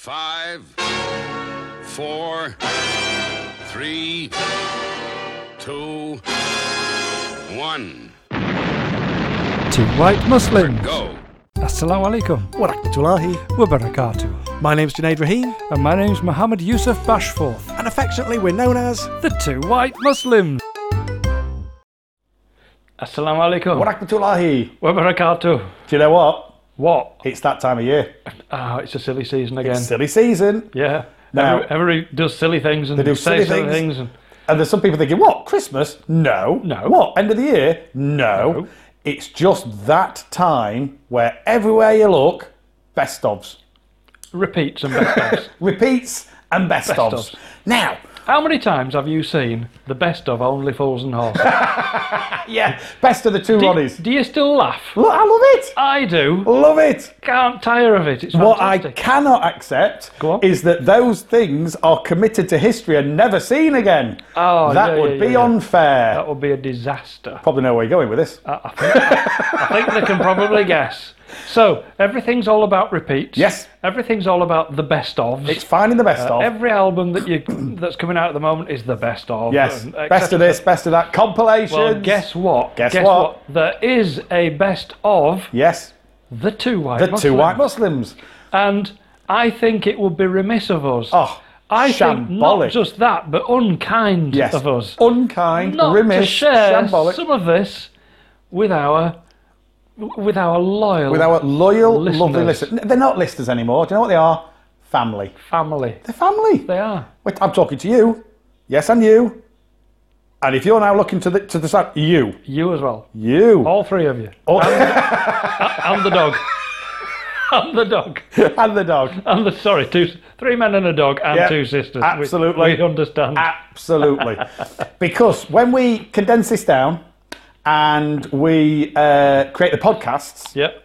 five, four, three, two, one. Two white Muslims. Go. Assalamu alaikum Warakmatullahi. wa barakatuh. My name's Junaid Rahim, And my name's Muhammad Yusuf Bashforth, and affectionately we're known as the two white Muslims. Assalamu alaikum Warakmatullahi. Do wa barakatuh. you know what? What? It's that time of year. Ah, it's a silly season again. Silly season. yeah. Now- Every- everybody does silly things and They do says silly silly things. things. and And there's some people thinking, what? Christmas? No. No. What? End of the year? No. No. It's just that time where everywhere you look, best ofs. repeats and best ofs. Repeats and best, ofs. ofs. Now, How many times have you seen the best of Only Fools and Horses? yeah, best of the two do, Ronnies. do you still laugh? Look, I love it. I do. Love it. Can't tire of it. It's What I fantastic. cannot accept Go on. is that those things are committed to history and never seen again. Oh, that yeah, yeah, would yeah, be yeah. unfair. That would be a disaster. Probably know where you're going with this. I think, I think they can probably guess. So everything's all about repeats. Yes. Everything's all about the best ofs. it's finding the best of. Uh, Every album that you that's coming out at the moment is the best of. yes, and um, et best cetera. of this, best of that. Compilations. Well, guess what? Guess what? There is a best of Yes, the two white. the two Muslims. white Muslims. And I think it would be remiss of us. Oh, I think not shambolic. just that, but unkind yes, of us. unkind, not to remiss, share shambolic some of this with our with our loyal with our loyal, lovely Listeners. listeners. They're not listeners anymore. Do you know what they are? Family. family. They're family. They are. Wait, I'm talking to you. Yes, and you. And if you're now looking to the to the side, you, You as well. you, All three of you. Oh. And the dog. and the dog. and the dog. And the sorry, two three men and a dog and Yeah, two sisters. We- absolutely. We, understand. Absolutely. because when we condense this down and we uh, create the podcasts, yep.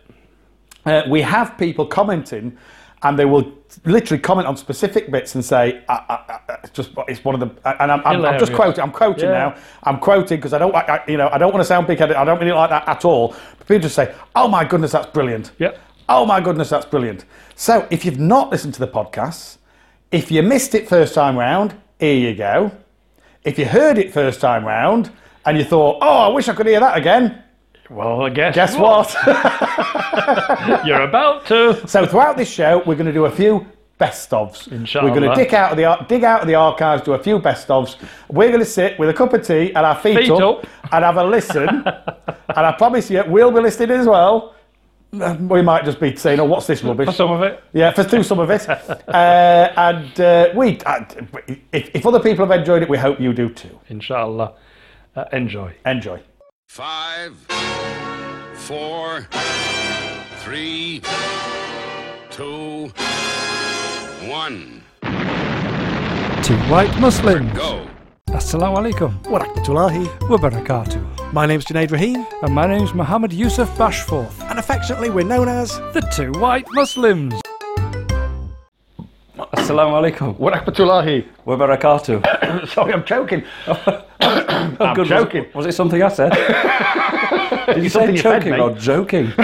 uh, we have people commenting and they will literally comment on specific bits and say, I, I, I, it's just it's one of the, and I'm, I'm, I'm Hilarious. just quoting, I'm quoting Yeah. now, I'm quoting because I don't, I, I, you know, I don't want to sound big-headed, I don't mean it like that at all. But people just say, oh my goodness, that's brilliant. Yep. Oh my goodness, that's brilliant. So if you've not listened to the podcasts, if you missed it first time round, here you go. If you heard it first time round and you thought, oh, I wish I could hear that again, Well I guess guess what? you're about to so throughout this show, we're going to do a few best ofs. Inshallah. We're going to dig out of the ar- dig out of the archives, do a few best ofs. We're going to sit with a cup of tea and our feet, Feet up. and have a listen. and I promise you, we'll be listening as well. We might just be saying, "Oh, what's this rubbish?" some of it. Yeah, for through some of it. Uh, and uh, we, uh, if, if other people have enjoyed it, we hope you do too. Inshallah. Uh, enjoy. Enjoy. Five, four, three, two, one. Two white Muslims. Go. Assalamu alaikum Warakmatullahi. wa barakatuh. My name's Junaid Rahim, And my name's Muhammad Yusuf Bashforth. and affectionately we're known as The two white Muslims. Assalamu alaikum Warakmatullahi. wa barakatuh. Sorry, I'm joking. I'm Good, was- joking. Was, it something I said? Did you say Something you said, choking mate. or joking?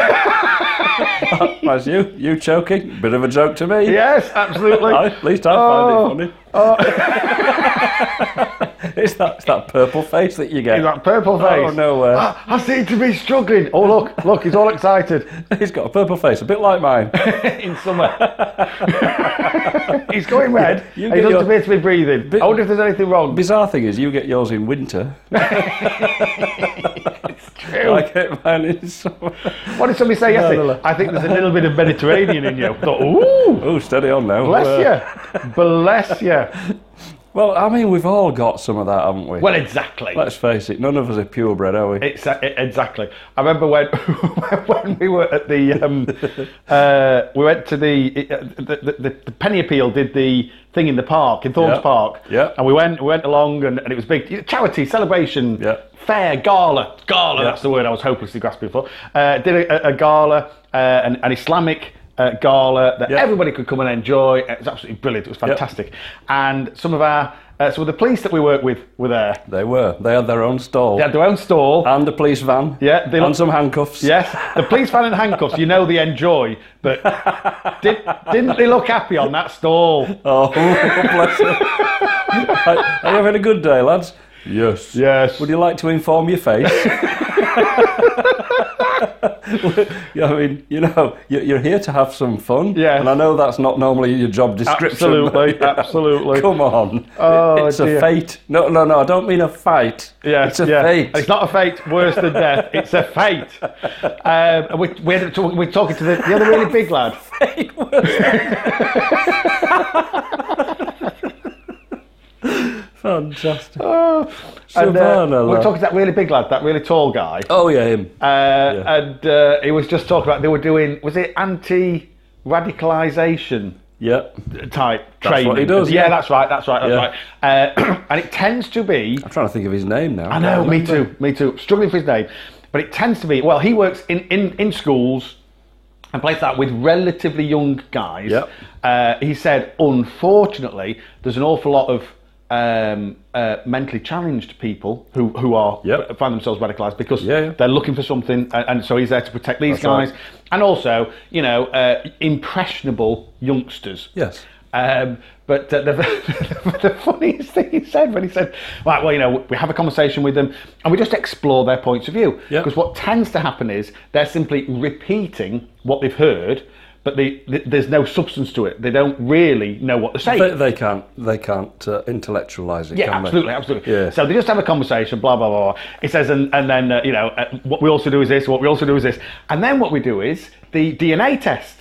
That's you. You choking. Bit of a joke to me. Yes, absolutely. I- at least I find it funny. oh, it's, that, it's that purple face that you get. In oh. that purple face. Ah, Oh, no. Uh, I seem to be struggling. Oh, look, look, he's all excited. he's got a purple face, a bit like mine. In summer. he's going red. You and get he doesn't your- appear to be breathing. Bit- I wonder if there's anything wrong. Bizarre thing is, you get yours in winter. I get mine in summer. What did somebody say yesterday? no, no. I think there's a little bit of Mediterranean in you. I thought, ooh, Oh, steady on now. Uh, bless you. Bless you. Well, I mean, we've all got some of that, haven't we? Well, exactly. Let's face it, none of us are purebred, are we? It's, it, exactly. I remember when when we were at the um, uh, we went to the, uh, the, the the Penny Appeal did the thing in the park in Thorns Yeah. Park. Yeah. And we went we went along and, and it was big you know, charity celebration Yeah. fair gala gala. That's the word I was hopelessly grasping for. Uh, did a, a, a gala uh, an, an Islamic. uh, gala that Yeah. everybody could come and enjoy. It was absolutely brilliant. It was fantastic. And some of our, uh, some of the police that we work with were there. They were. They had their own stall. They had their own stall. and a police van. Yeah, they and look- some handcuffs. Yes, the police van in handcuffs. You know they enjoy, but did, didn't they look happy on that stall? Oh, bless them. Are are you having a good day, lads? Yes. Yes. Would you like to inform your face? Yeah, I mean, you know, you- you're here to have some fun. Yes. And I know that's not normally your job description. Absolutely, but, you know, absolutely. Come on. Oh, it's dear. a fate. No, no, no, I don't mean a fight. Yeah, It's a yeah. fate. It's not a fate worse than death. It's a fate. Um, and we, we're, t- we're talking to the, the other really big lad. Fantastic. And, uh, Oh, Savannah, we're lad. talking to that really big lad, that really tall guy. Oh, yeah, him. Uh, Yeah. And uh, he was just talking about they were doing was it anti radicalisation yeah. type That's training? what he does, Yeah, yeah. that's right. That's right. That's right. Uh, and it tends to be. I'm trying to think of his name now. I know. Me too. Me too. Struggling for his name, but it tends to be. Well, he works in in in schools and plays that with relatively young guys. Yep. Uh, he said, unfortunately, there's an awful lot of um, uh, mentally challenged people who who are Yep. find themselves radicalised because Yeah, yeah. they're looking for something, and, and so he's there to protect these guys, right. and also, you know, uh, impressionable youngsters. Yes. Um, but uh, the, the funniest thing he said when he said, right, well, you know, we have a conversation with them and we just explore their points of view. Yeah. Because what tends to happen is they're simply repeating what they've heard, but they, th- there's no substance to it. They don't really know what they're saying. They, they can't. They can't uh, intellectualise it. yeah, can absolutely, They? absolutely. Yeah. So they just have a conversation, blah blah blah. blah. It says, and, and then uh, you know, uh, what we also do is this, what we also do is this, and then what we do is the DNA test.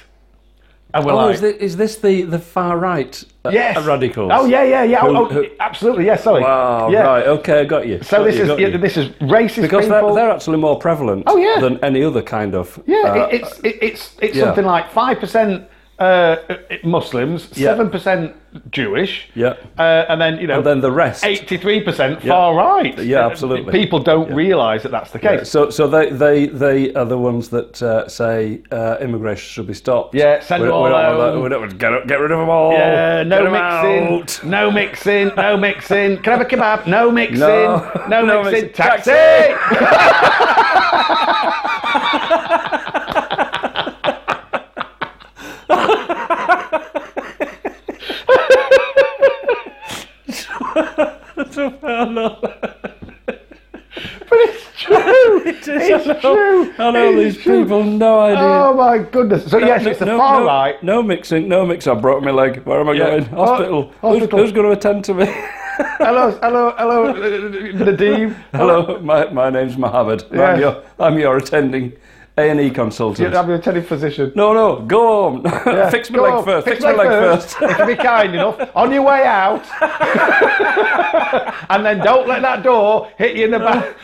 And we're Oh, like, is, this, is this the, the far right uh, Yes. radicals? Oh yeah, yeah, yeah. oh, Who- oh, who- absolutely. Yeah. Sorry. Wow, Yeah. right, okay, I got you. So got this you, is got yeah, you. this is racist because they're, people. they're actually more prevalent Oh, yeah. than any other kind of. yeah, uh, it, it's it, it's it's yeah. something like five percent uh, Muslims, seven percent Jewish. Yeah. Uh, and then you know. and then the rest. Eighty-three percent far right. Yeah, Uh, absolutely. People don't Yeah. realise that that's the Yeah, case. So, so they, they, they are the ones that uh, say uh, immigration should be stopped. Yeah, send we, them all we don't want home. that- we don't want- get, get rid of them all. Yeah, Get no 'em mixing, out. no mixing, no mixing. Can I have a kebab? No mixing, No. no, No mixing. mixing. Taxi. It's true. I know It these is true. people, no idea. Oh my goodness! So yes, No- it's the no- far no- right. No mixing, no mix. I broke my leg. Where am I going? Hospital. Oh, Who's- hospital. Who's, going to attend to me? Hello, hello, hello, uh, Nadeem. Hello, my, my name's Mohammed. Yes. I'm, your, I'm your attending A&E consultant. I'm your attending physician. No, no, go home. Fix my Go leg on, first. Fix, my leg first. if you be kind enough, on your way out, and then don't let that door hit you in the back.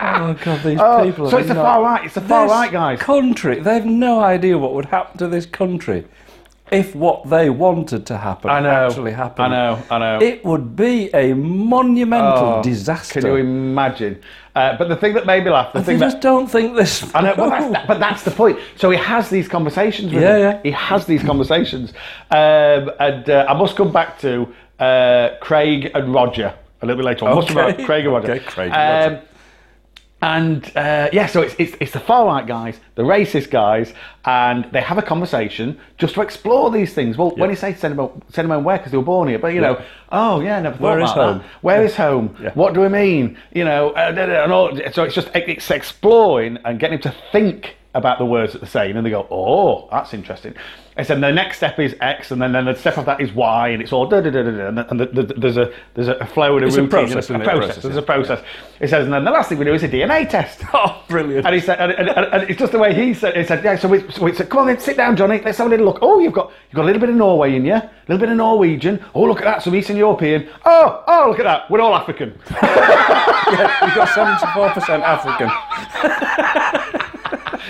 oh God, these people. so are it's the not- far right. It's the far This right, guys. Country. They've no idea what would happen to this country if what they wanted to happen I know. actually happened. I know, I know. It would be a monumental Oh, disaster. Can you imagine? Uh, but the thing that made me laugh, the they thing that just don't think this. I know, well, that's, that, but that's the point. So he has these conversations with Yeah, him. yeah. He has these conversations. Um, and uh, I must come back to uh, Craig and Roger a little bit later on. I must come back Okay. to Craig and Roger. Okay, Craig and Roger. Um, and uh, yeah, so it's, it's, it's the far right guys, the racist guys, and they have a conversation just to explore these things. Well, when you say send them, home- send them home where? Because they were born here. But, you know, oh, yeah, never thought Where about is that. home? Where is home? Yeah. What do we mean? You know, uh, da- da- and all, so it's just it's exploring and getting them to think about the words that they're saying, and they go, "Oh, that's interesting." And then the next step is X, and then, then the step of that is Y, and it's all da da da da, da, and, the, and the, the, there's a there's a flow and a It's a routine, and process, isn't a it? process. Process, There's yeah. a process. It says, and then the last thing we do is a DNA test. Oh, brilliant. And he said, and, and, and, and it's just the way he said. He said, yeah. So we, so we said, come on, then sit down, Johnny. Let's have a little look. Oh, you've got you've got a little bit of Norway in you, a little bit of Norwegian. Oh, look at that, some Eastern European. Oh, oh, look at that, we're all African. You've got seventy-four percent African.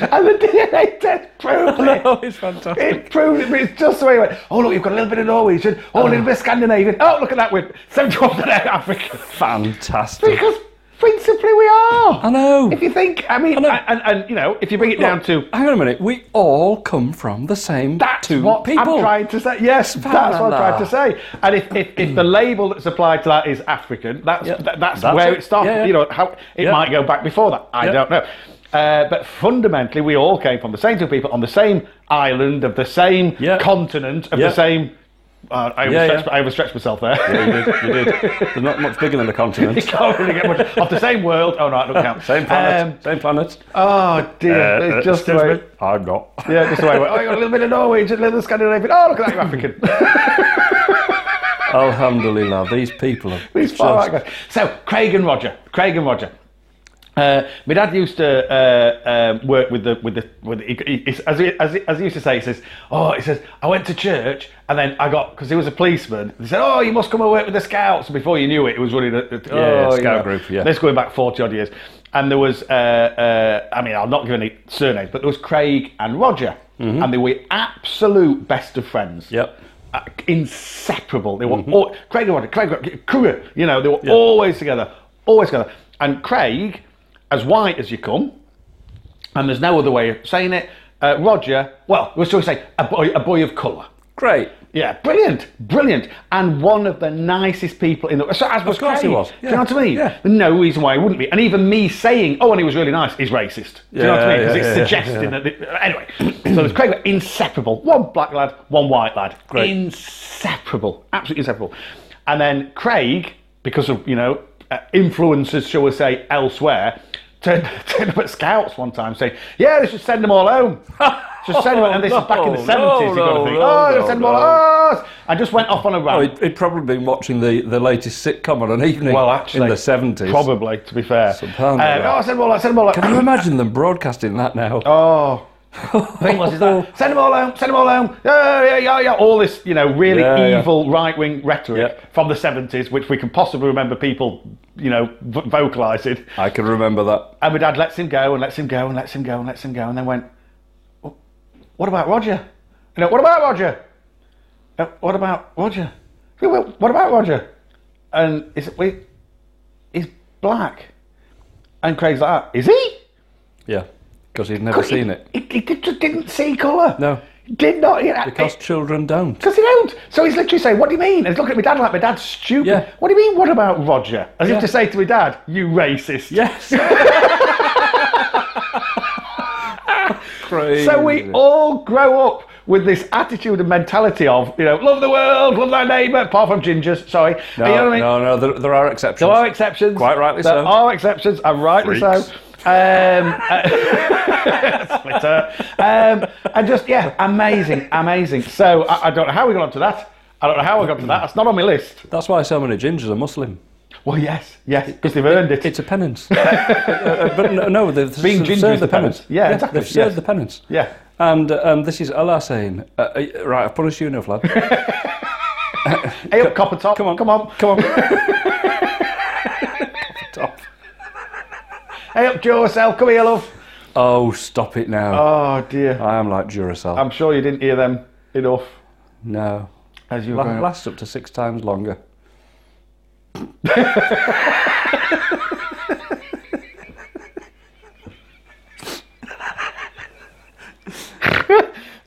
and the DNA test proved it. Oh, it's fantastic. It proved it, but it's just the way it went. Oh, look, you've got a little bit of Norwegian. Oh, a little bit of Scandinavian. Oh, look at that, we're seventy-one percent African. Fantastic. Because Prince principally we are. I know. If you think, I I mean, know. and, and, you know, if you bring it down to Hang on a minute. We all come from the same that's two what people. I'm trying to say. Yes, that's what I'm trying to say. And if, if, if the label that's applied to that is African, that's Yeah. th- that's, That's where it. it, started. Yeah, yeah. You know, how it Yeah. might go back before that. I Yeah. don't know. Uh, but fundamentally, we all came from the same two people on the same island of the same Yeah. continent of Yeah. the same. Uh, I, Yeah, overstretched, yeah. I overstretched myself there. You did. You did. They're not much bigger than a continent. Can't really get much of the same world. Oh no, I don't count. Same planet. Um, same planet. oh dear, Uh, it's uh, just the excuse way. me? I'm not. Yeah, just the way. Oh, you got a little bit of Norway, just a little Scandinavian. Oh, look at that, you're African. Alhamdulillah, these people are He's just- far right guy. So Craig and Roger, Craig and Roger. Uh, my dad used to uh, um, work with the with the with the, he, he, as, he, as, he, as he used to say he says oh he says I went to church and then I got because he was a policeman he said oh you must come and work with the scouts and before you knew it it was running a, a yeah, oh, scout you know. group, yeah. this going back forty odd years and there was uh, uh, I mean I'll not give any surnames but there was Craig and Roger and they were absolute best of friends Mm-hmm. Yep. uh, inseparable. They were all, Craig and Roger, Craig, Kruger, you know, they were always together, always together. And Craig, as white as you come, and there's no other way of saying it, uh, Roger, well, we'll still say a boy, a boy of colour. Great. Yeah, brilliant, brilliant, and one of the nicest people in the. So as was course Craig. he was, Do you know yeah, what I mean? yeah. There's No reason why he wouldn't be. And even me saying, "Oh, and he was really nice," is racist. Do you know what I mean? Yeah, Because yeah, it's yeah, suggesting that. The, anyway, so there's Craig, were inseparable. One black lad, one white lad. Great. Inseparable, absolutely inseparable. And then Craig, because of you know uh, influences, shall we say, elsewhere. Turned, turned up at scouts one time saying, Yeah, they should send them all home. Just send them, and this is back in the Oh, No, 70s. you've got to no, think, no, Oh, no, they'll send them all no. home. Oh, I just went off on a Oh, rant. he'd, he'd probably been watching the, the latest sitcom on an evening well, actually, in the 70s. Probably, to be fair. Subhanallah. Uh, oh, send them all out, send them all out. Can you imagine them broadcasting that now? Oh. Thing was, is that, send them all home, send them all home. Yeah, yeah, yeah, yeah. All this, you know, really Yeah, yeah. evil right wing rhetoric Yeah. from the 70s, which we can possibly remember people, you know, v- vocalising. I can remember that. And my dad lets him go and lets him go and lets him go and lets him go and then went, "Wh- What about Roger? You know, what about Roger? "Uh, What about Roger? "Yeah, well, What about Roger? And is it, wait, he's black. And Craig's like, "Ah, Is he? Yeah. Because he'd never seen it. He, he did- just didn't see colour. No. Did not. You know, Because children don't. because he don't. So he's literally saying, What do you mean? And he's looking at my dad like, My dad's stupid. Yeah. What do you mean, what about Roger? As Yeah. if to say to my dad, You racist. Yes. Crazy. So we all grow up with this attitude and mentality of, you know, love the world, love thy neighbour, apart from gingers, sorry. No, you know what I mean? no, no, there, there are exceptions. There are exceptions. Quite rightly there so. are exceptions, and rightly Freaks. so. Um, uh, splitter. Um, and just, yeah, amazing, amazing. So I, I don't know how we got onto that. I don't know how I got to that. That's not on my list. That's why so many gingers are Muslim. Well, yes, yes, because they've earned it. It's a penance. Uh, uh, but no, no they've Being served ginger is the the penance. penance. Yeah, exactly, They've served yes. the penance. Yeah. And uh, um, this is Allah saying, uh, uh, right, I've punished you enough, lad. Hey up, copper top. Come on, come on, come on. Top. Hey up, Duracell. Come here, love. Oh, stop it now. Oh dear. I am like Duracell. I'm sure you didn't hear them enough no. as you were La- growing up. lasts up to six times longer.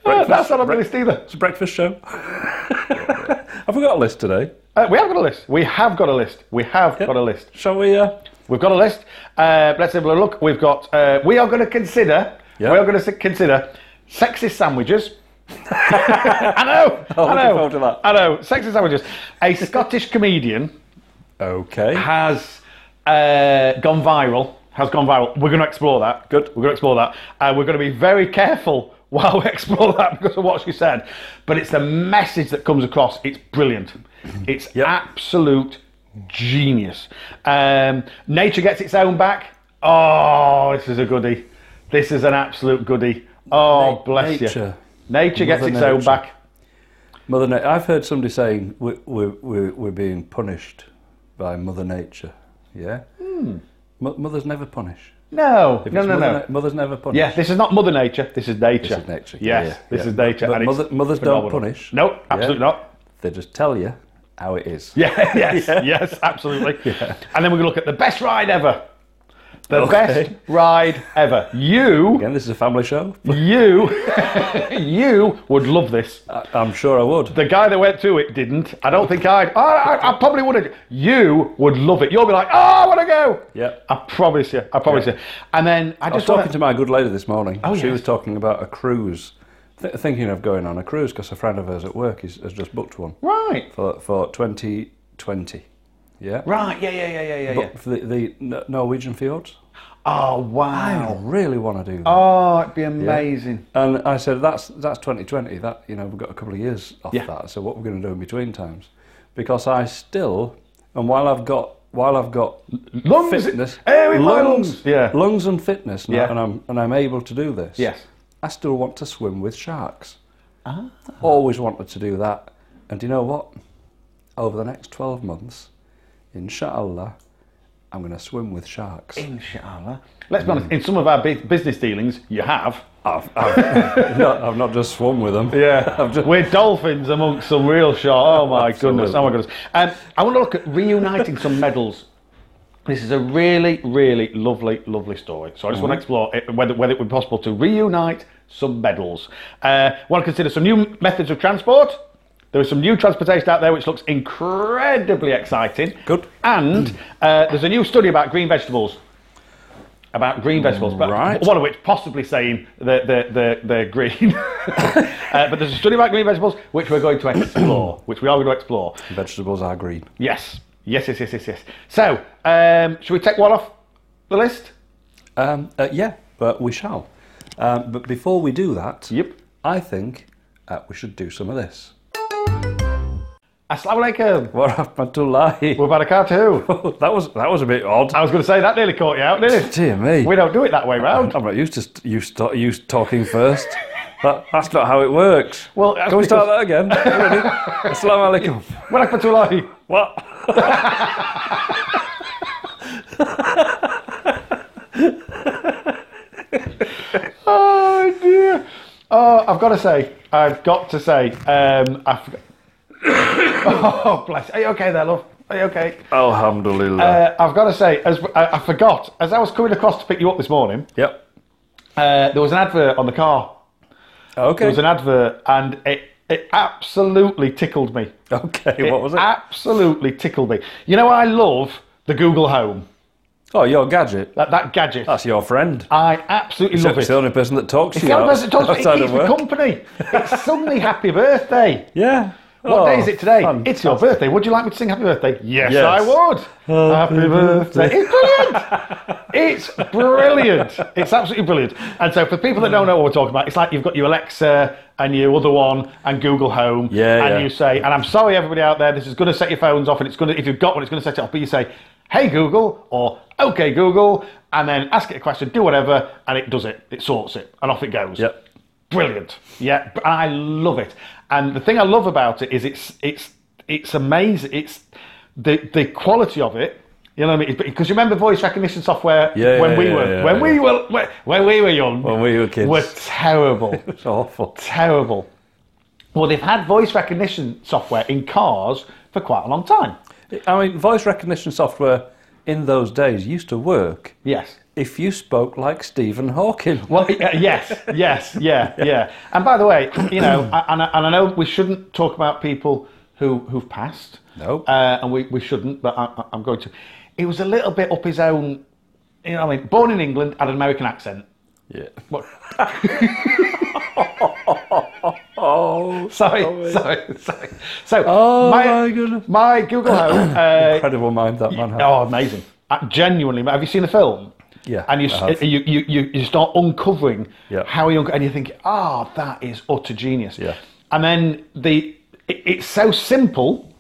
Oh, that's not on my list either. It's a breakfast show. Have we got a list today? Uh, we have got a list. We have got a list. We have got a list. Shall we? Uh, We've got a list. Uh, let's have a look. We've got. Uh, we are going to consider. Yeah. We are going to consider sexist sandwiches. I know. Oh, I looking know. forward to that. I know. Sexist sandwiches. A Scottish comedian okay. has uh, gone viral. Has gone viral. We're going to explore that. Good. We're going to explore that. Uh, we're going to be very careful while we explore that because of what she said. But it's the message that comes across. It's brilliant. It's Yep. absolute genius. Um, nature gets its own back. Oh, this is a goodie. This is an absolute goodie. Oh, Na- bless you. nature. Nature gets Mother its own nature. back. Mother Na- I've heard somebody saying we, we, we, we're being punished by Mother Nature. Yeah? Mo- mothers never punish. No, If Hmm. no, it's no, Mother no. Na- mothers never punish. Yeah, this is not Mother Nature. This is nature. This is nature, yeah, Yes, yeah, this yeah. is nature. But and it's mother- mothers don't phenomenal. punish. No, Yeah. absolutely not. They just tell you how it is. Yeah, yes, yes, absolutely. And then we're going to look at the best ride ever. The best ride ever. You, Again, this is a family show. you, you would love this. I- I'm sure I would. The guy that went to it didn't. I don't think I'd. I, I, I probably would have. You would love it. You'll be like, oh, I want to go. Yeah. I promise you. I promise you. And then I I was just talking want to my good lady this morning. Oh, she yes. was talking about a cruise, th- thinking of going on a cruise because a friend of hers at work is, has just booked one Right. for, for 2020. Yeah. Right. Yeah. Yeah. Yeah. Yeah. Yeah. yeah. But for the, the N- Norwegian fjords. Oh I wow. really want to do that. Oh, it'd be amazing. And I said, that's that's 2020. That you know, we've got a couple of years off Yeah. that. So what we're going to do in between times, because I still, and while I've got while I've got Lungs. fitness, Air with my lungs. Yeah. lungs and fitness, and, I, Yeah. and I'm and I'm able to do this. Yes. Ah. I still want to swim with sharks. Always wanted to do that. And do you know what? Over the next 12 months, inshallah, I'm going to swim with sharks. Inshallah. Let's be honest. In some of our bu- business dealings, you have. I've, I've, not, I've not just swum with them. I've just, We're dolphins amongst some real sharks. Oh my goodness. Oh my goodness. Um, I want to look at reuniting some medals. This is a really, really lovely, lovely story. So I just want Mm-hmm. to explore it, whether, whether it would be possible to reunite some medals. Uh, want to consider some new methods of transport. There is some new transportation out there which looks incredibly exciting. Good. And uh, there's a new study about green vegetables. About green vegetables, but Right. one of which possibly saying that they're, they're, they're green. Uh, but there's a study about green vegetables which we're going to explore, which we are going to explore. Vegetables are green. Yes, yes, yes, yes, yes, yes. So, um, should we take one off the list? Um, uh, yeah, but we shall. Um, but before we do that, Yep. I think uh, we should do some of this. Aslamu alaikum. What happened to lie? We're about a car too. that was that was a bit odd. I was going to say that nearly caught you out, didn't it? Dear me. We don't do it that way round. I'm not used to st- you, st- you talking first. that, that's not how it works. Well, that's can we start because- that again? Assalamu alaikum. What happened to life? What? Oh dear. Oh, I've got to say, I've got to say, um, I forgot. oh bless. Are you okay there, love? Are you okay? Alhamdulillah. Uh, I've got to say, as I, I forgot, as I was coming across to pick you up this morning, yep. uh, there was an advert on the car. Okay. There was an advert, and it it absolutely tickled me. okay. What was it? Absolutely tickled me. You know, I love the Google Home, oh, your gadget. that, that gadget. That's your friend. I absolutely love It's it. the only person that talks to It's the you. only person that talks outside to me. of It keeps work. me company. It's suddenly happy birthday. Yeah. What Oh, day is it today? fun. It's your birthday. Would you like me to sing happy birthday? Yes, Yes. I would. Happy, birthday. It's brilliant. it's brilliant. It's absolutely brilliant. And so, for people that don't know what we're talking about, it's like you've got your Alexa and your other one and Google Home. Yeah, And yeah. you say, and I'm sorry, everybody out there, this is going to set your phones off, and it's going to, if you've got one, it's going to set it off. But you say, hey, Google, or okay, Google, and then ask it a question, do whatever, and it does it. It sorts it, and off it goes Yep. brilliant. Yeah, b- I love it. And the thing I love about it is it's it's it's amazing. It's the the quality of it. You know what I mean? Because you remember voice recognition software Yeah, when yeah, we yeah, were yeah, when yeah. we were when, when we were young When we were kids. were terrible, It's awful. terrible. Well, they've had voice recognition software in cars for quite a long time. I mean, voice recognition software in those days used to work Yes. if you spoke like Stephen Hawking. Well, y- yes, yes, yeah, yeah. And by the way, you know, I, and, I, and I know we shouldn't talk about people who who've passed. No. Uh, and we, we shouldn't, but I, I- I'm going to. It was a little bit up his own. You know, what I mean, born in England, had an American accent. Yeah. What? sorry, sorry, sorry. So, Oh, my goodness. my Google Home. Uh, Incredible mind that man had. Oh, amazing! Uh, genuinely, have you seen the film? Yeah, And you I s- have. you, you you you start uncovering Yeah. how he unco- and you think, ah, that is utter genius. Yeah. And then the it, it's so simple,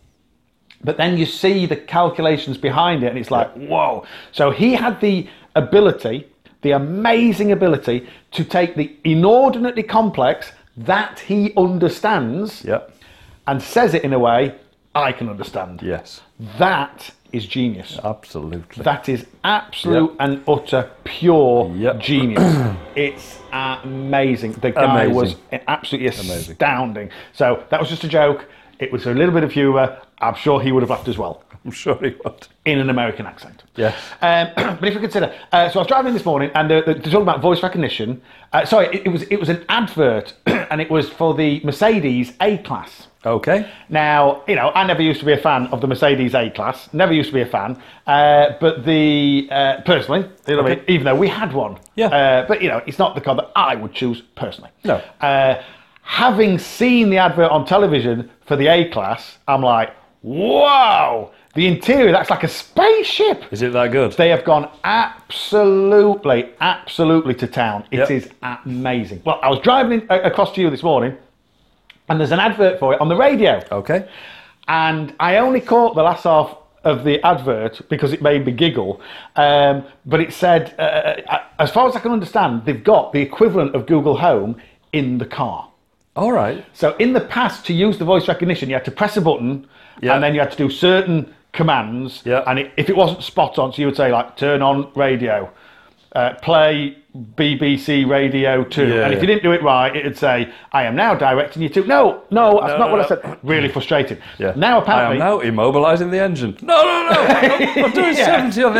but then you see the calculations behind it, and it's like, whoa! So he had the ability, the amazing ability, to take the inordinately complex that he understands, Yep. and says it in a way I can understand. Yes. That is genius. Absolutely. That is absolute Yep. and utter pure Yep. genius. it's amazing. The guy Amazing. was absolutely astounding. So that was just a joke. It was a little bit of humour. I'm sure he would have laughed as well I'm sure he would. in an American accent. Yeah. Um, but if we consider, uh, so I was driving this morning, and uh, they're talking about voice recognition. Uh, sorry, it, it was it was an advert, and it was for the Mercedes A Class. Okay. Now, you know, I never used to be a fan of the Mercedes A Class. Never used to be a fan. Uh, but the uh, personally, you know what I mean? even though we had one, Yeah. Uh, but you know, it's not the car that I would choose personally. No. Uh, having seen the advert on television for the A Class, I'm like, wow! The interior—that's like a spaceship. Is it that good? They have gone absolutely, absolutely to town. It Yep. is amazing. Well, I was driving in, a- across to you this morning, and there's an advert for it on the radio. okay. And I only caught the last half of the advert because it made me giggle. Um, but it said, uh, uh, as far as I can understand, they've got the equivalent of Google Home in the car. All right. So in the past, to use the voice recognition, you had to press a button, Yeah. and then you had to do certain commands. Yeah. And it, if it wasn't spot on, so you would say like, "Turn on radio," uh, "Play BBC Radio 2. Yeah, and if yeah. you didn't do it right, it would say, "I am now directing you to." No, no, that's No, not no, what I no. said. Really frustrating. Yeah. Now I am apparently. now immobilising the engine. No, no, no. I'm, I'm doing Yeah. 70 on the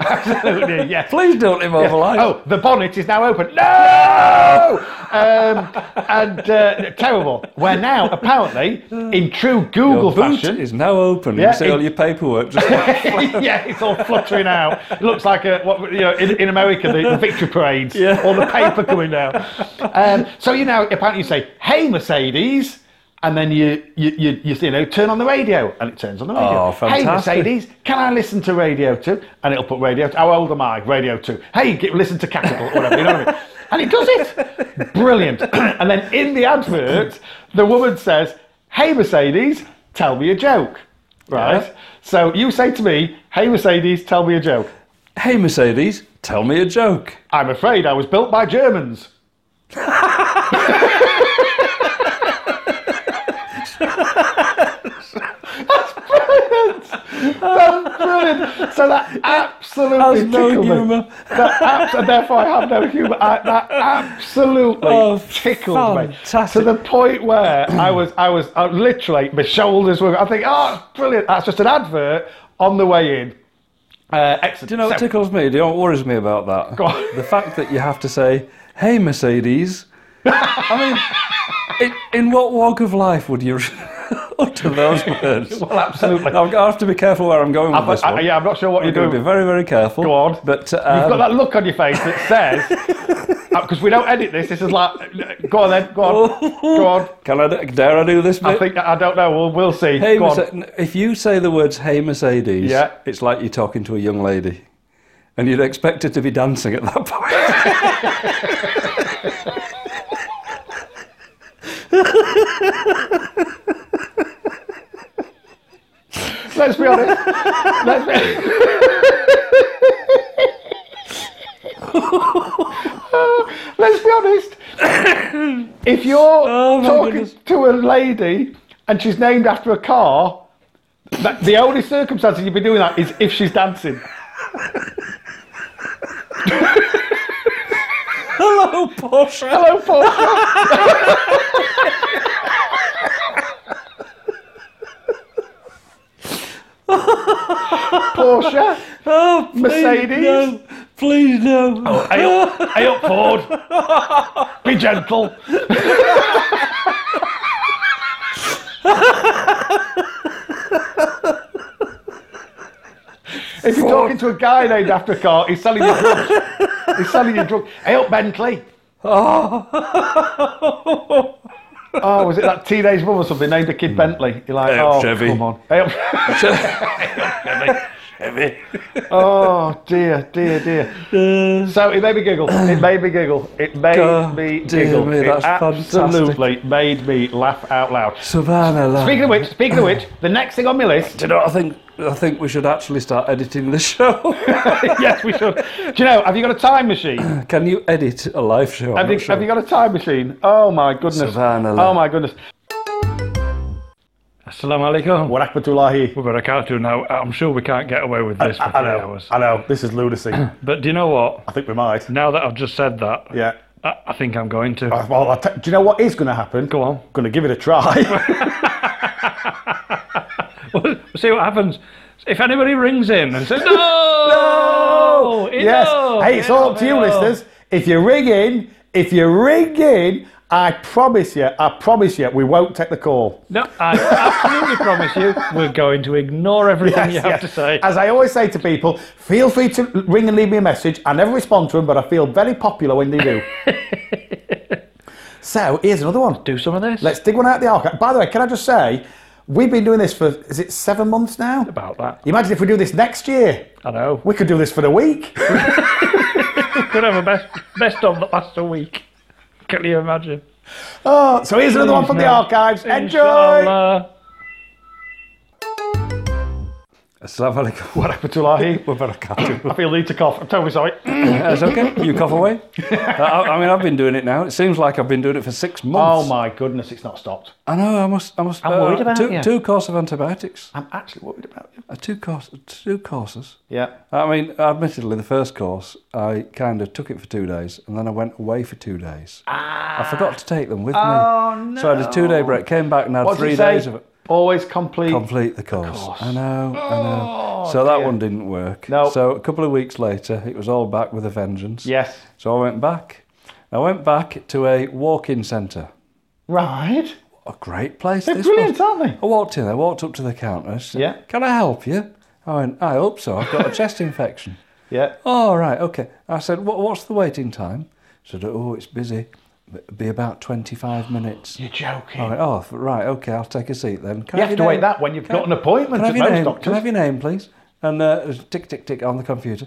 absolutely, yeah. Please don't immobilise. Oh, the bonnet is now open. No! um, and uh, terrible. Where now, apparently, in true Google Your boot fashion, is now open. Yeah, you see it- all your paperwork. Just like, yeah, it's all fluttering out. It looks like a, what you know in, in America the, the victory parades, Yeah. all the paper coming down. Um, so you know, apparently you say, "Hey Mercedes," and then you you, you you you know turn on the radio, and it turns on the radio. Oh, Hey fantastic. Mercedes, can I listen to Radio Two? And it'll put Radio. Two. How old am I? Radio Two. Hey, get, listen to Capital, or whatever. You know what I mean? And it does it. Brilliant. and then in the advert, the woman says, "Hey Mercedes, tell me a joke." Right. Yeah. So you say to me, "Hey Mercedes, tell me a joke." hey, Mercedes, tell me a joke. I'm afraid I was built by Germans. That's brilliant. That's brilliant. So that absolutely Has no tickled Oh, me. humour. That abs- and therefore I have no humour. I, that absolutely Oh, tickled fantastic. me to the point where I was, I was I literally my shoulders were. I think, oh, it's brilliant. That's just an advert on the way in. Uh, excellent. Do you know what So- tickles me? Do you know what worries me about that? Go on. The fact that you have to say, hey, Mercedes. I mean, in, in what walk of life would you utter those words? Well, absolutely. I'm going to have to be careful where I'm going with I- this I- one. yeah, I'm not sure what I'm you're going to doing. be very, very careful. Go on. But You've got um, that look on your face that says, because we don't edit this. This is like, uh, go on then, go on, go on. can I do- dare I do this bit? I think I don't know. We'll, we'll see. Hey, go on. Merce- n- if you say the words "Hey Mercedes," Yeah. it's like you're talking to a young lady, and you'd expect her to be dancing at that point. Let's be honest. Let's be. Let's be honest. If you're Oh, my talking goodness. to a lady and she's named after a car, that, the only circumstance you'd be doing that is if she's dancing. Hello, Porsche. Hello, Porsche. Porsche. Oh, please Mercedes. Oh, no. Please no. Hey up, hey up, Ford. Be gentle. if you're talking to a guy named after a car, he's selling you drugs. he's selling you drugs. Hey up, Bentley. Oh. was it that teenage mum or something named a kid Bentley? You're like, Hey up, oh, Hmm. Chevy." come on. Hey up. Oh dear, dear, dear. so it made me giggle. It made me giggle. It made God, me dear giggle. me, it that's absolutely made me laugh out loud. Savannah. love. Speaking of which, speaking of which, the next thing on my list. do you know what I think? I think we should actually start editing the show. yes, we should. Do you know? Have you got a time machine? Have Can you edit a live show? I'm you, not sure. have you got a time machine? Oh my goodness. Savannah Oh love. my goodness. Assalamu alaikum. Wa rahmatullahi. But I can't do now. I'm sure we can't get away with this for I three know. hours. I know. This is lunacy. I But do you know what? think we might. Now that I've just said that, Yeah. I, I think I'm going to. Uh. Well, I'll t- do you know what is going to happen? Go on. Going to give it a try. we'll see what happens. If anybody rings in and says, no! no! yes. hey, it's all up to you, listeners. If you ring in, if you ring in, I promise you, I promise you, we won't take the call. No, I absolutely promise you, we're going to ignore everything you have to say. As I always say to people, feel free to ring and leave me a message. I never respond to them, but I feel very popular when they do. so here's another one. Do some of this. Let's dig one out of the archive. By the way, can I just say, we've been doing this for, is it seven months now? about that. Imagine if we do this next year. I know. We could do this for the week. could have a best best of that lasts a week. Can you imagine? Oh, so here's another one from the archives. Enjoy! Inshallah. Assalamu alaikum. What happened to Lahi? We're better catch I feel need to cough. I'm totally sorry. That's okay. You cough away. I, I mean, I've been doing it now. It seems like I've been doing it for six Oh months. my goodness, it's not stopped. I know. I must. I must. I'm worried about two, you. two course of antibiotics. I'm actually worried about you. Uh, two course. Two courses. Yeah. I mean, admittedly, the first course I kind of took it for two days, and then I went away for two days. Ah. I forgot to take them with me. So I had a two-day break. Came back and had What did three Oh, you say? days of it. Always complete. Complete the course. I know. I know. So that one didn't work. Oh, No. So a couple of weeks later, it was all back with a vengeance. yes. So I went back. I went back to a walk-in centre. Right. A great place. They're this brilliant, was. aren't they? I walked in. I walked up to the counter. I said, Yeah. Can I help you? I went. I hope so. I've got a chest infection. Yeah. Oh, right, okay. I said, what, what's the waiting time? She said, oh, it's busy. It'll be about 25 minutes. You're joking. I went, oh, f- right, okay, I'll take a seat then. Can You I have your to wait name?" that when you've Can I- got an appointment at can I have your most name? Can doctors. I have your name, please? And uh, tick, tick, tick on the computer.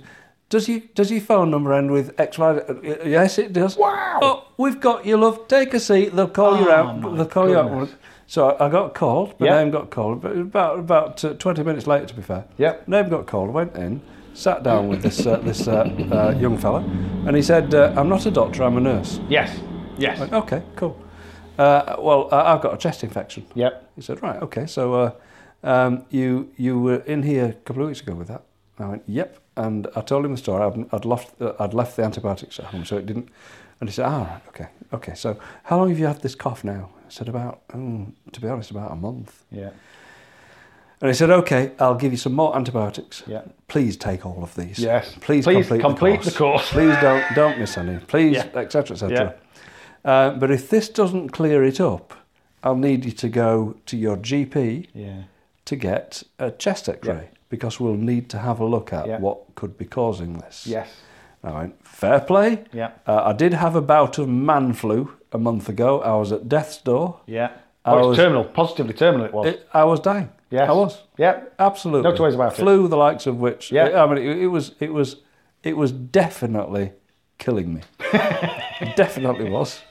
Does, you, does your phone number end with X, Y? uh, y- Yes, it does. Wow. Oh, Oh, we've got you, love. Take a seat. They'll call you out. They'll call you out. So I I got called. My Yeah. name got called. But about about uh, 20 minutes later, to be fair. Yeah. Name got called. Went in, sat down with this uh, this uh, uh, young fella, and he said, uh, "I'm not a doctor. I'm a nurse." Yes. Yes. Went, okay, cool. Uh, well, uh, I've got a chest infection. Yep. He said, right, okay, so uh, um, you you were in here a couple of weeks ago with that. And I went, yep. And I told him the story. I'd, I'd left uh, I'd left the antibiotics at home, so it didn't. And he said, ah, right, okay, okay. So how long have you had this cough now? I said, about, mm, to be honest, about a month. Yeah. And he said, okay, I'll give you some more antibiotics. Yeah. Please take all of these. Yes. Please, Please complete, complete the, the course. course. Please don't don't miss any. Please, Yeah. etc. etc. Uh, but if this doesn't clear it up, I'll need you to go to your GP Yeah. to get a chest X-ray because we'll need to have a look at Yeah. what could be causing this. Yes. I went, fair play. Yeah. Uh, I did have a bout of man flu a month ago. I was at death's door. Yeah. I Oh, it's was- terminal. Positively terminal it was. It, I was dying. yes. I was. Yep. Absolutely. No two ways about it. Flu, the likes of which. Yeah. I mean, it, it was, it was, it was definitely killing me. definitely was,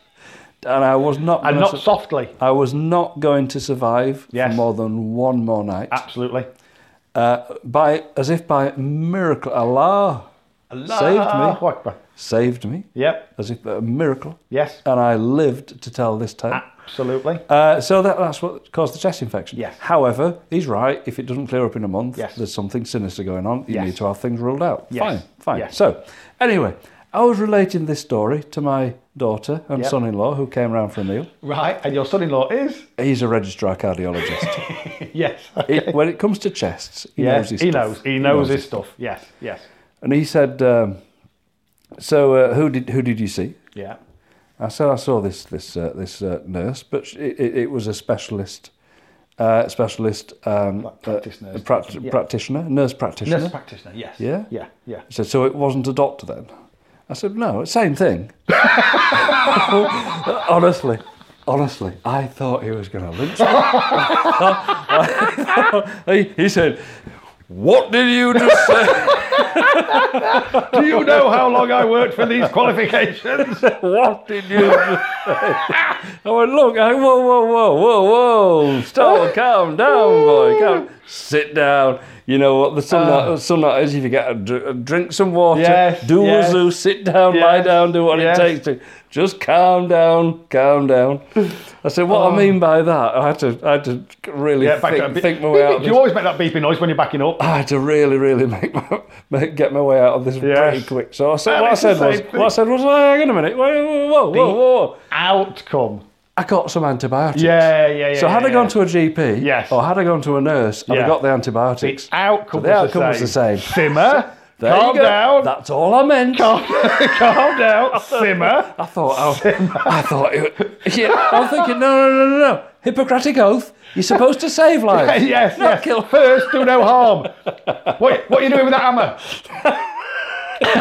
and I was not. And gonna not su- softly. I was not going to survive Yes. for more than one more night. Absolutely. Uh, by as if by miracle, Allah, Ah, saved me, Akbar. saved me, Yep. as if a miracle, Yes. Ah. and I lived to tell this tale. Absolutely. Uh, so that, that's what caused the chest infection. Yes. However, he's right. If it doesn't clear up in a month, Yes. there's something sinister going on. You Yes. need to have things ruled out. Yes. Fine, fine. Yes. So, anyway, I was relating this story to my daughter and Yep. son-in-law who came round for a meal. Right. And your son-in-law is? He's a registrar cardiologist. Yes. It- when it comes to chests, he Yes. knows his he stuff. knows. He knows his stuff. Yes. Yes. And he said, um, "So, uh, who did who did you see?" Yeah. I said I saw this this uh, this uh, nurse, but she, it, it- it was a specialist, uh, specialist um, practice uh, nurse. prac- practitioner, nurse practitioner. Nurse practitioner. Yes. Yeah? Yeah. Yeah. She said, so it wasn't a doctor then. I said, no, it's same thing. honestly, honestly, I thought he was going to lynch me. I thought- he, he said, what did you just say? Do you know how long I worked for these qualifications? what did you just say? I went, Oh, look, I, whoa, whoa, whoa, whoa, whoa, stop, calm down, boy, calm, sit down. You know what the sunlight, sunlight is, if you get a, dr- drink some water, Uh. Yes, do yes. a zoo, sit down, lie Yes, down, do what yes. it takes to, just calm down, calm down. I said, what I mean by that, I had to, I had to really Yeah, Oh. back up a bit. think, think my way out of Do you this. always make that beeping noise when you're backing up? I had to really, really make my, make, get my way out of this pretty quick. So I said, Well, what I it's the said was, same thing. what I said was, "Hey, hang on a minute, whoa, whoa, whoa, whoa, whoa. Outcome I got some antibiotics. Yeah, yeah, yeah. So had yeah, I gone yeah. to a GP, Yes. or had I gone to a nurse, and Yeah. I got the antibiotics, The outcome, the was, outcome the was the same. Simmer. There you calm go. down. That's all I meant. calm down. Simmer. I thought I, was- I thought it was, yeah, I was thinking, no, no, no, no, no. Hippocratic oath. You're supposed to save lives. yes, not yes. kill. First, do no harm. what, what are you doing with that hammer? what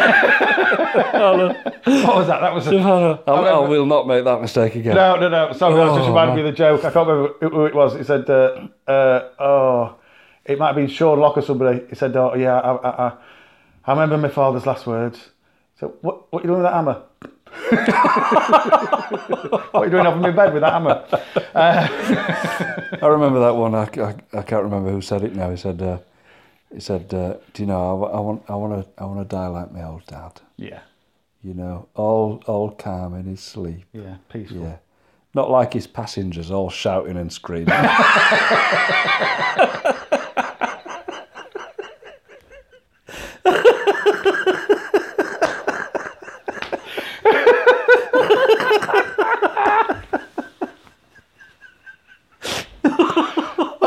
was that? That was a, no, I, I will not make that mistake again. no, no. Sorry, that was just Oh, reminded me man. of the joke. I can't remember who- who it was. It said, uh, uh, "Oh, it might have been Sean Locke or somebody." He said, "Oh, yeah, I, I, I, I remember my father's last words." So, what, what are you doing with that hammer? what are you doing up in my bed with that hammer? I remember that one. I, I, I can't remember who said it now. He said, uh, he said, uh, do you know? I, wa- I want, I want to, I want to die like my old dad. Yeah, You know, all, all calm in his sleep. yeah, peaceful. Yeah. Not like his passengers all shouting and screaming.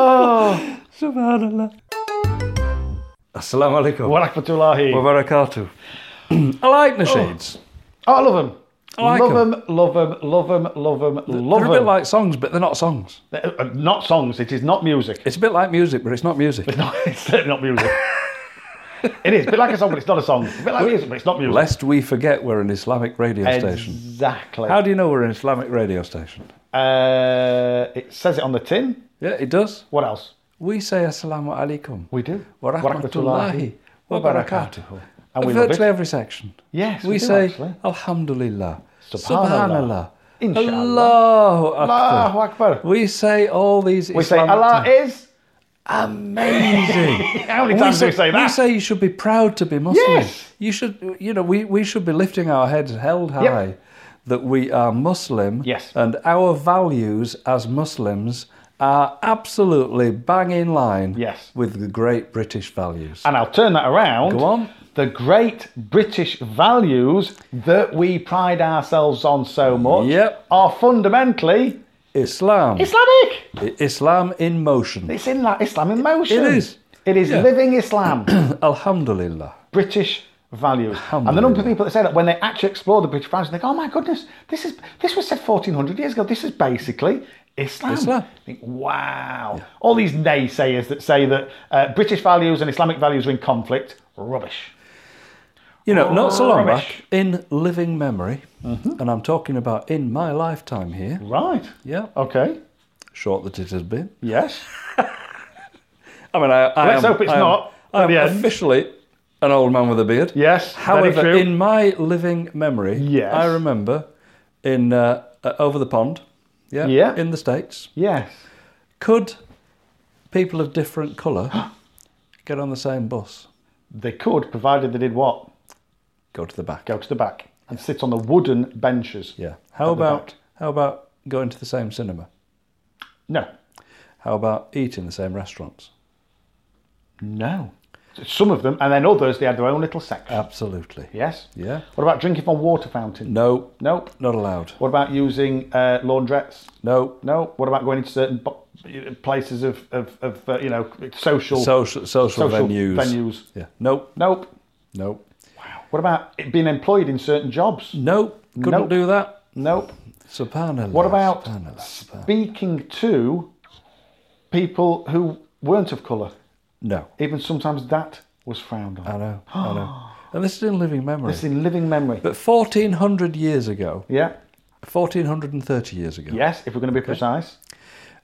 Oh, Subhanallah. Assalamu alaikum. What happened to Lahi? Wa barakatuh. I like nasheeds. Oh, I love them. like love 'em. them, love them, love them, love them, love They're a bit them. like songs, but they're not songs. uh, not songs. It is not music. It's a bit like music, but it's not music. No, it's certainly not music. it is. A bit like a song, but it's not a song. A bit like music, but it's not music. Lest we forget we're an Islamic radio station. exactly. How do you know we're an Islamic radio station? uh, it says it on the tin. Yeah, it does. What else? We say Assalamu alaikum. We do. Wa rahmatullahi wa barakatuh. And we love virtually it. every section. Yes, we We do, say actually. Alhamdulillah. Subhanallah, Subhanallah. Inshallah. Allahu Akbar. Allahu Akbar. We say all these We say Allah is. amazing. How many times do we say that? We say you should be proud to be Muslim. Yes. You should, you know, we, we should be lifting our heads held high that we are Muslim. Yes. And our values as Muslims are absolutely bang in line Yes. with the great British values. and I'll turn that around. Go on. The great British values that we pride ourselves on so much Yep. are fundamentally Islam. Islamic. I- Islam in motion. It's in that Islam in motion. it is. It is Yeah. living Islam, Alhamdulillah. British values. And the number of people that say that when they actually explore the British values, they go, "Oh my goodness, this is this was said 1400 years ago. This is basically." Islam. Islam. I think, wow. All these naysayers that say that uh, British values and Islamic values are in conflict, rubbish. You know, not so long Oh, Rubbish. Mm-hmm. back, in living memory, and I'm talking about in my lifetime here. Right. Yeah. Okay. Short that it has been. Yes. I mean, I, I Let's am, hope it's I am- not at I am the end. officially an old man with a beard. Yes, very However, true. in my living memory, Yes. I remember in uh, uh, over the pond, yeah, Yeah. in the states, Yes. could people of different colour get on the same bus, They could, provided they did what? go to the back? Go to the back and sit on the wooden benches. Yeah. How At the about back. how about going to the same cinema? No. How about eating the same restaurants? No. Some of them, and then others, they had their own little section. Absolutely. yes. Uh, Yeah. What about drinking from water fountain? No, Nope. not allowed. What about using uh, laundrettes? No. No. What about going into certain bo- places of, of, of uh, you know, social, Social, social social venues. venues? Yeah. Nope. Nope. Nope. What about it being employed in certain jobs? Nope. Couldn't Nope. do that. Nope. Subhanallah. What about Subhanallah. Subhanallah. speaking to people who weren't of colour? No. Even sometimes that was frowned on. I know. I know. And this is in living memory. It's in living memory. But 1400 years ago, Yeah. 1430 years ago, Yes, if we're going to be precise.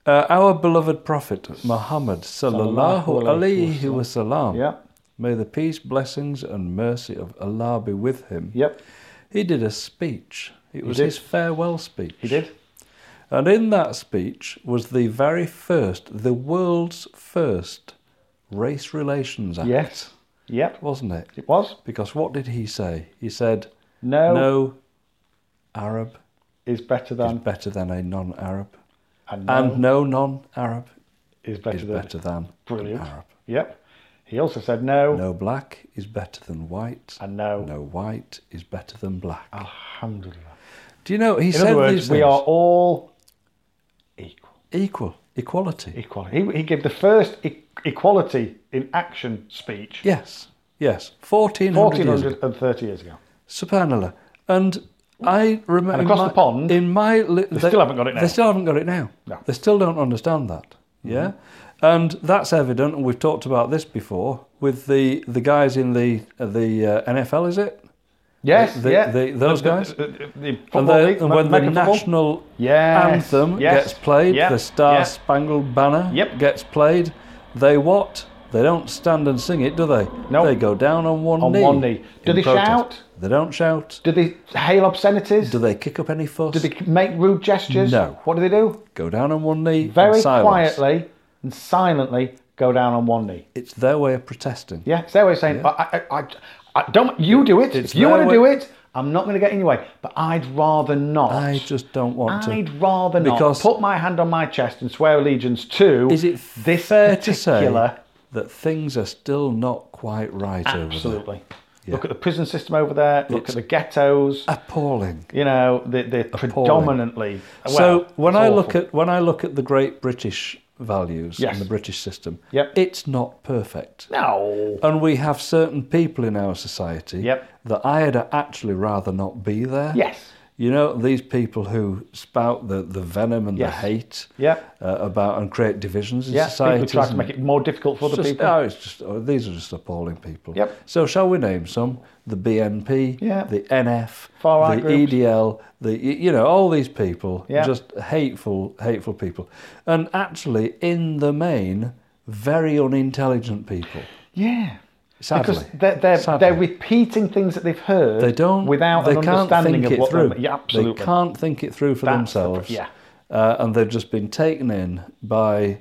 uh, our beloved Prophet Muhammad sallallahu alayhi alaihi wasallam, Yeah. may the peace, blessings, and mercy of Allah be with him. Yep. He did a speech. It was did. his farewell speech. He did. And in that speech was the very first, the world's first Race Relations Act, Yes. Yep. wasn't it? It was. Because what did he say? He said, No, no Arab is better is than. better than a non Arab. And no And no non Arab is better is than. better than Brilliant. an Arab. Yep. He also said no. No black is better than white. And no. No white is better than black. Alhamdulillah. Do you know, he In said other words, these we things. are all Equal. Equal. Equality. Equality. He, he gave the first e- equality in action speech yes. Yes. 1400. years ago. 1430 years ago. Subhanallah. And I remember. And across in my, the pond, In my li- they, still haven't got it now. They still haven't got it now. No. Mm-hmm. They still don't understand that. Yeah? And that's evident, and we've talked about this before, with the, the guys in the, the uh, NFL, is it? Yes, the- yeah. the- those The- guys? The, the, the And, football the- league, and Ma- when the Mecca football. national Yes, anthem yes, gets played, yeah, the Star yeah. Spangled Banner Yep. gets played, they what? They don't stand and sing it, do they? No. They go down on one On knee. one knee. Do in they protest. shout? They don't shout. Do they hail obscenities? Do they kick up any fuss? Do they make rude gestures? No. What do they do? go down on one knee? Very and silence. quietly and silently go down on one knee. It's their way of protesting. Yeah, it's their way of saying, I, I, I, I don't. You do it. It's if you their want to way- do it, I'm not going to get in your way. But I'd rather not. I just don't want to. I'd rather not Because- put my hand on my chest and swear allegiance to Is it this fair to say particular. that things are still not quite right over there? Absolutely. Look at the prison system over there. Look It's- at the ghettos. Appalling. You know, they're, they're predominantly. so well, when it's I awful. look at when I look at the great British values Yes. and the British system, Yep. it's not perfect. no, And we have certain people in our society Yep. that I'd actually rather not be there. yes, You know, these people who spout the, the venom and Yes. the hate Yep. uh, about and create divisions in yeah, society. people try to make it more difficult for other just, people. oh, it's just, oh, these are just appalling people. Yep. So shall we name some? The BNP, Yeah. the NF, Far right the groups. EDL, the y- you know all these people, Yeah. just hateful, hateful people, and actually in the main, very unintelligent people. yeah. Sadly, Because they're, they're, Sadly. they're repeating things that they've heard they don't without they an can't understanding think of it what through. they're yeah, absolutely. They can't think it through for That's the pr- themselves. yeah. Uh, and they've just been taken in by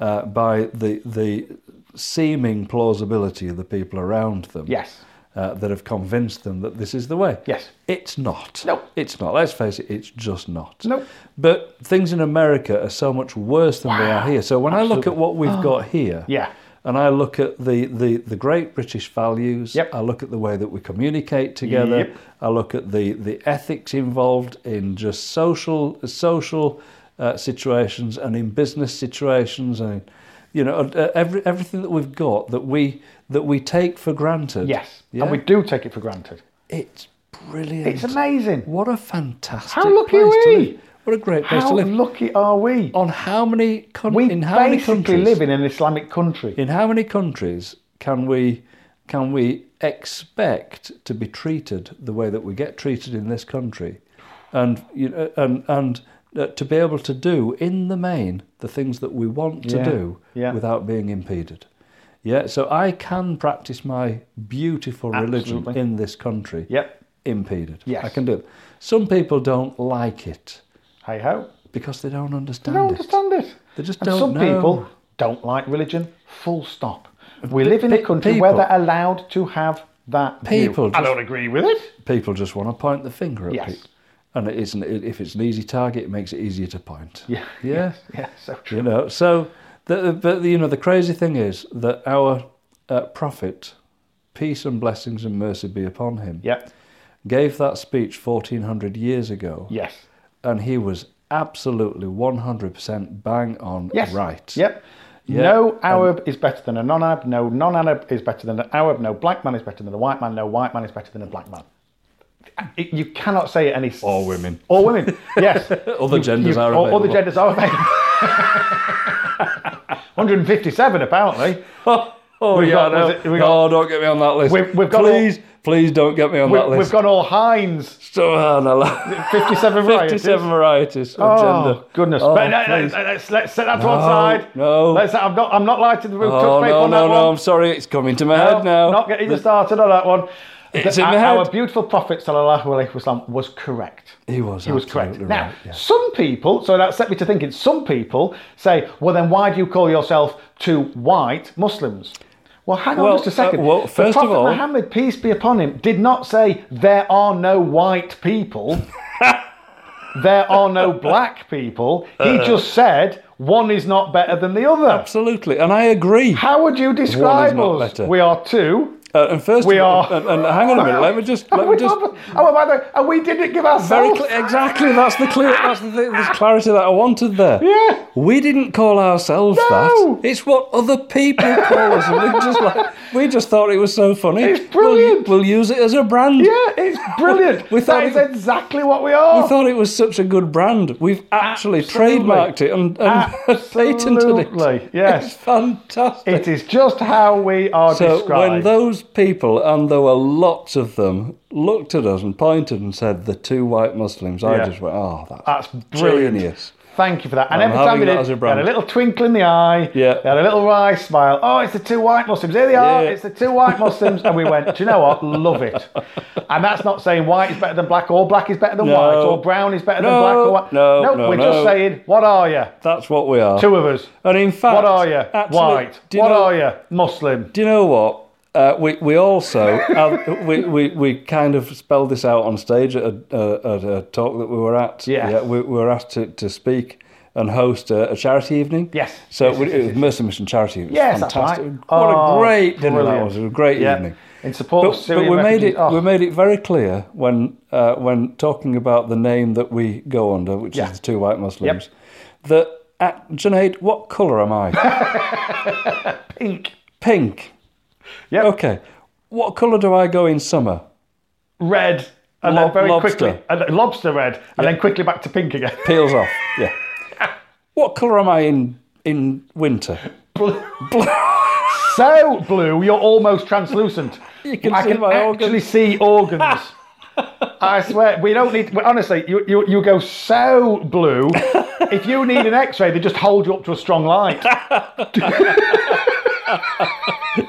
uh, by the the seeming plausibility of the people around them. Yes. Uh, that have convinced them that this is the way. Yes. It's not. No. It's not. Let's face it, it's just not. No. But things in America are so much worse than they are here. So when I look at what we've got here, Yeah. and I look at the, the, the great British values. Yep. I look at the way that we communicate together. Yep. I look at the, the ethics involved in just social social uh, situations and in business situations and you know uh, every, everything that we've got that we that we take for granted. Yes. Yeah? And we do take it for granted. it's brilliant. It's amazing. What a fantastic How lucky place are we? to live. What a great place How to live. lucky are we? On how many con- We in how many basically countries? live in an Islamic country. In how many countries can we can we expect to be treated the way that we get treated in this country, and you know, and and uh, to be able to do in the main the things that we want to Yeah, do yeah. without being impeded. Yeah, so I can practice my beautiful religion Absolutely. in this country Yep. impeded. Yes. I can do it. Some people don't like it Hey ho. because they don't understand I don't it. understand it. They just and don't some know. people don't like religion. Full stop. We live in a pe- country where people- they're allowed to have that view. People I just- don't agree with it. people just want to point the finger at Yes. people. And it isn't, it- if it's an easy target, it makes it easier to point. Yeah. Yeah. Yeah. So true. You know, so, the, but you know, the crazy thing is that our uh, prophet, peace and blessings and mercy be upon him, Yep. gave that speech 1400 years ago. Yes. And he was absolutely 100% bang on Yes. right. Yep. Yeah, No Arab is better than a non-Arab. No non-Arab is better than an Arab. No black man is better than a white man. No white man is better than a black man. It- you cannot say it any. Or women. Or women. Yes. Other genders are or, available. Other genders are available. 157 apparently. Oh, oh, We've yeah, got- no. was it- we got- oh, don't get me on that list. We've- we've got all- please, please don't get me on that We, we've list. got all Heinz. Subhanallah. 57 varieties. 57 varieties of Oh gender. goodness! Oh, but no, no, please. let's, let's set that to one side. no. Let's, I'm not. I'm not lighting the roof. Oh, Touch no, on that no, one. no, I'm sorry, it's coming to my No, head now. Not getting you started on that one. It's The- in our, the head. our beautiful Prophet sallallahu alaihi wasallam was correct. He was He was correct. absolutely Now, right, yeah. some people, so that set me to thinking, some people say, well, then why do you call yourself two white Muslims? Well, hang on Well, just a second. uh, well, first the of Prophet all- Muhammad, peace be upon him, did not say there are no white people. there are no black people. He Uh-uh. just said one is not better than the other. Absolutely, and I agree. How would you describe not us? better. We are two Uh, and first, We of all- are- And, and hang on a minute. Let me just. Let me just. oh, by the way, and we didn't give Very ourselves. cl- exactly. That's the clear. That's the, the clarity that I wanted there. Yeah. We didn't call ourselves No. that. It's what other people call us, and we just like we just thought it was so funny. It's We'll- brilliant. We'll, use it as a brand. yeah, it's brilliant. We thought that is it- exactly what we are. We thought it was such a good brand. We've actually Oh. Absolutely. trademarked it and, and patented Absolutely, it. yes. It's fantastic. it is just how we are So described. when those people, and there were lots of them, looked at us and pointed and said, "The two white Muslims," I Yeah. just went, "Oh, that's, That's brilliant. genius." Thank you for that. And I'm every time having they that did, as a they had a brand. little twinkle in the eye. Yeah. They had a little wry smile. Oh, it's the two white Muslims. Here they are. Yeah. It's the two white Muslims. and we went, do you know what? Love it. And that's not saying white is better than black or black is better than No. white or brown is better than No, black or white. no, no, we're no. just saying, what are you? That's what we are. Two of us. And in fact, What are you? actually, White. Do you what know, are you? Muslim. Do you know what? Uh, we we also have, we, we we kind of spelled this out on stage at a, uh, at a talk that we were at. Yes. we, we were asked to, to speak and host a, a charity evening. Yes. So Yes, we, yes, it yes, was Mercy Mission Charity. It was Yes, that's fantastic. right. What Oh, a great dinner that brilliant. was. It was a great Yeah. evening. In support of But, but Syrian we made refugees. it Oh. we made it very clear when uh, when talking about the name that we go under, which Yeah. is the two white Muslims, that uh, Junaid, what colour am I? Pink. Pink. Yep. Okay. What colour do I go in summer? Red. And Lob- then very lobster. quickly, and then lobster red, and then quickly back to pink again. Peels off. Yeah. What colour am I in in winter? So blue, you're almost translucent. You can I see can my actually organs. see organs. I swear, we don't need. well, Honestly, you, you, you go so blue. if you need an X-ray, they just hold you up to a strong light.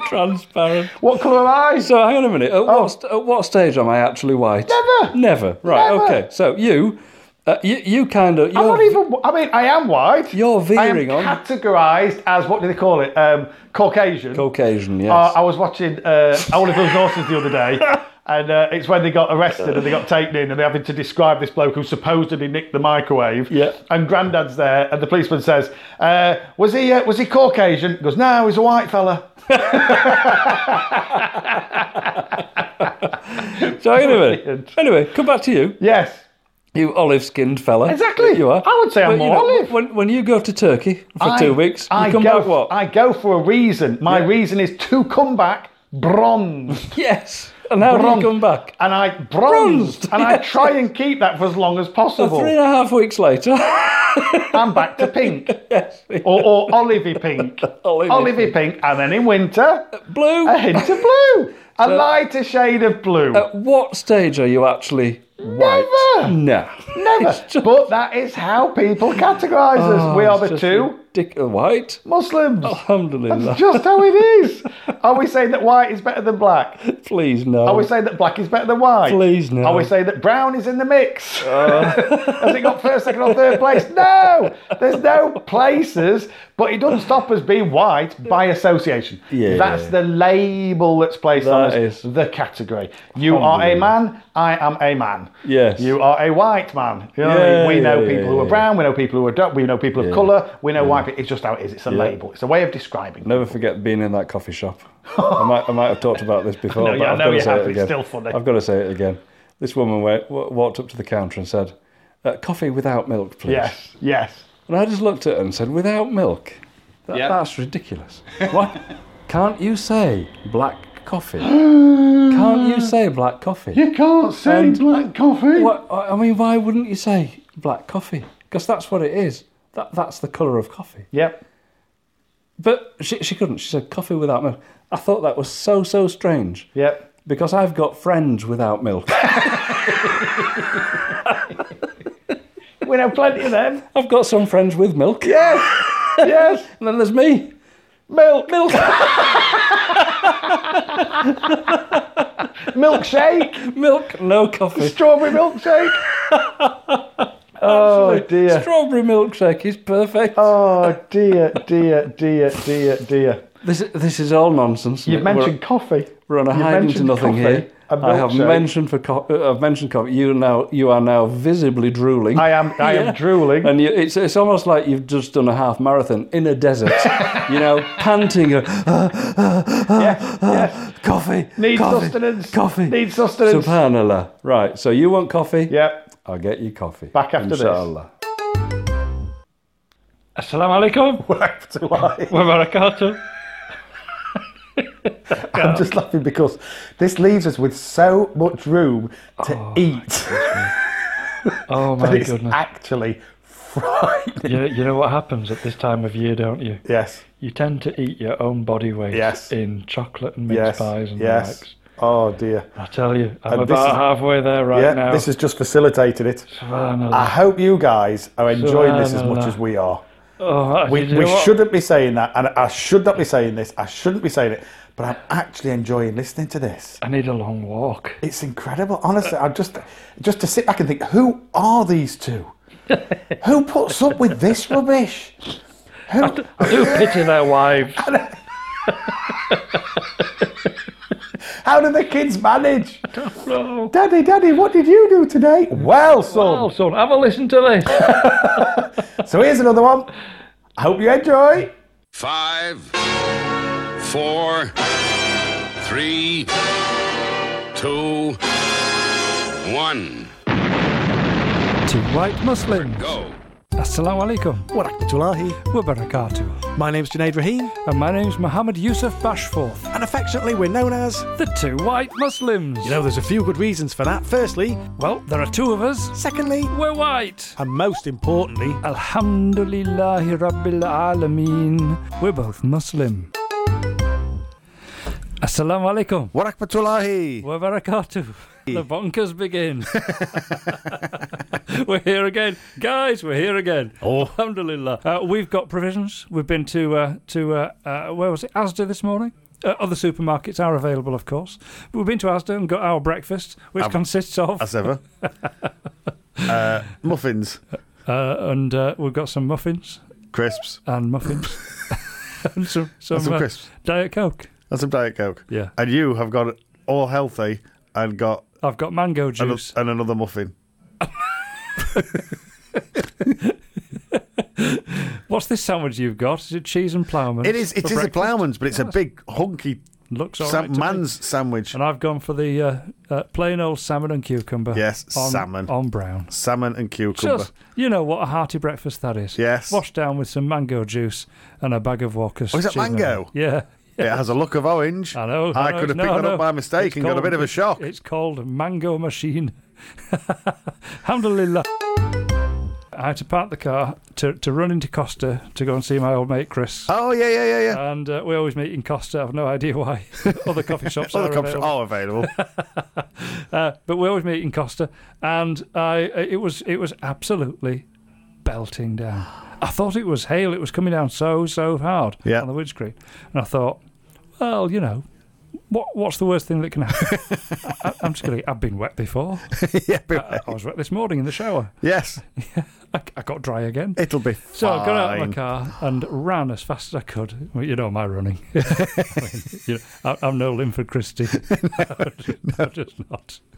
Transparent. What colour am I? So hang on a minute. At, what, st- at what stage am I actually white? Oh. Never. Never. Right. Never. Okay. So you, uh, you, you kind of. I'm not even. I mean, I am white. You're veering I am on. categorised as what do they call it? Um, Caucasian. Caucasian. Yes. Uh, I was watching uh, Oliver's Horses the other day, and uh, it's when they got arrested and they got taken in, and they're having to describe this bloke who supposedly nicked the microwave. Yeah. And Grandad's there, and the policeman says, uh, "Was he uh, was he Caucasian?" He goes, "No, he's a white fella." so hang on a minute. Brilliant. Anyway, come back to you. Yes. You olive-skinned fella. Exactly. You are. I would say I'm But, you more know, olive. When, when you go to Turkey for I- two weeks, you I come go, back what? I go for a reason. My Yeah. reason is to come back bronze. yes. And how bronze. do you come back? And I bronzed. Bronzed, And I yes. try and keep that for as long as possible. Three and a half weeks later. I'm back to pink. Or, or olivey pink. Olivey olivey pink. And then in winter, Blue. a hint of blue. A lighter shade of blue. At what stage are you actually white? Never. No. Never. But that is how people categorise Oh, us. We are the two white. Muslims. Alhamdulillah. Just how it is. Are we saying that white is better than black? Please no. Are we saying that black is better than white? Please, no. Uh. Are we saying that brown is in the mix? Has it got first, second, or third place? No. There's no places, but it doesn't stop us being white by association. Yeah. That's the label that's placed on us. That is- the category. You are a man. I am a man. Yes. You are a white man. You know what I mean? Yeah, We know yeah, people yeah, who are yeah. brown. We know people who are dark. We know people of colour. We know white people. It's just how it is. It's a label. It's a way of describing. Never forget being in that coffee shop. I might, I might have talked about this before, No, but yeah, I've no, got to you say have. it It's again. still funny. I've got to say it again. This woman went, wa- walked up to the counter and said, uh, "Coffee without milk, please." Yes. Yes. And I just looked at her and said, "Without milk? That, Yeah. That's ridiculous. What? Can't you say black coffee? Can't you say black coffee? You can't say And- black coffee. What, I I mean, why wouldn't you say black coffee? Because that's what it is. That, that's the colour of coffee. Yep. But she, she couldn't. She said coffee without milk. I thought that was so, so strange. Yep. Because I've got friends without milk. We know plenty of them. I've got some friends with milk. Yes. Yes. And then there's me. Milk. Milk. Milkshake. milk, no coffee. Strawberry milkshake. oh dear. Strawberry milkshake is perfect. Oh dear, dear, dear, dear, dear. This, this is all nonsense. You've We're- mentioned coffee. We're on a You've hide into mentioned nothing coffee, here. a I have milkshake. mentioned for co- uh, I've mentioned coffee. You now you are now visibly drooling. I am. I Yeah. am drooling. And you, it's it's almost like you've just done a half marathon in a desert. you know, panting. uh, yeah, yeah. coffee. Need coffee, sustenance. Coffee. Need sustenance. Subhanallah. Right. So you want coffee? yeah. I'll get you coffee. Back after this. Inshallah. Assalamu alaikum. I'm Wa barakatuh. just laughing because This leaves us with so much room to eat. Oh my But it's goodness. actually frightening. You, you know what happens at this time of year, don't you? Yes. You tend to eat your own body weight Yes. in chocolate and mince yes. pies and yes. likes. Oh dear. I tell you, I'm And this about is- halfway there right yeah, now. this has just facilitated it. I Ah, Subhanallah. hope you guys are enjoying this as much Subhanallah. as we are. Oh, We, you know we what? shouldn't be saying that, and I should not be saying this. I shouldn't be saying it, but I'm actually enjoying listening to this. I need a long walk. It's incredible, honestly. I just, just to sit back and think, who are these two? who puts up with this rubbish? Who? I do pity their wives. How do the kids manage? No. Daddy, Daddy, what did you do today? Well, son. Well, Oh, son, have a listen to this. So here's another one. I hope you enjoy. Five, four, three, two, one, to white Muslims. go. Assalamu alaikum Warakmatullahi. wa barakatuh. My name's Junaid Rahim, And my name's Mohammed Yusuf Bashforth, and affectionately we're known as. the two white Muslims. You know, there's a few good reasons for that. Firstly, well, there are two of us. secondly, We're white. and most importantly, Alhamdulillahi Rabbil Alameen. We're both Muslim. Assalamu alaikum Warakmatullahi. wa barakatuh. The bonkers begin. we're here again, guys. We're here again. Oh. Alhamdulillah. Uh, we've got provisions. We've been to uh, to uh, uh, where was it? Asda this morning. Uh, other supermarkets are available, of course. But we've been to Asda and got our breakfast, which Um, consists of As ever. uh, muffins, uh, and uh, we've got some muffins crisps, and muffins and some some, some uh, crisps. diet coke. and some Diet Coke. Yeah, And you have got all healthy and got I've got mango ano- juice. and another muffin. What's this sandwich you've got? Is it cheese and ploughman? It is. It is a ploughman's, but it's a big hunky Looks all sa- right to me. man's sandwich. And I've gone for the uh, uh, plain old salmon and cucumber. Yes, on, salmon. on brown. Salmon and cucumber. Just you know what a hearty breakfast that is. Yes. washed down with some mango juice and a bag of Walkers. Oh, is it Cheese and mango? onion. Yeah. It has a look of orange. I know. I know, could have no, picked that no. up by mistake It's and got a called- bit of a shock. It's called Mango Machine. Alhamdulillah. I had to park the car to, to run into Costa to go and see my old mate Chris. Oh yeah, yeah, yeah, yeah. And uh, we always meet in Costa. I've no idea why. Other coffee shops. Other are cups available. are available. Uh, but we always meet in Costa, and I it was it was absolutely belting down. I thought it was hail; it was coming down so so hard Yeah. on the windscreen, and I thought, well, you know, what what's the worst thing that can happen? I, I'm just gonna. I've been wet before. yeah, but- I, I was wet this morning in the shower. yes, I, I got dry again. it'll be fine. So I got out of my car and ran as fast as I could. Well, you know my running. you know, I, I'm no Linford Christie. I'm just not.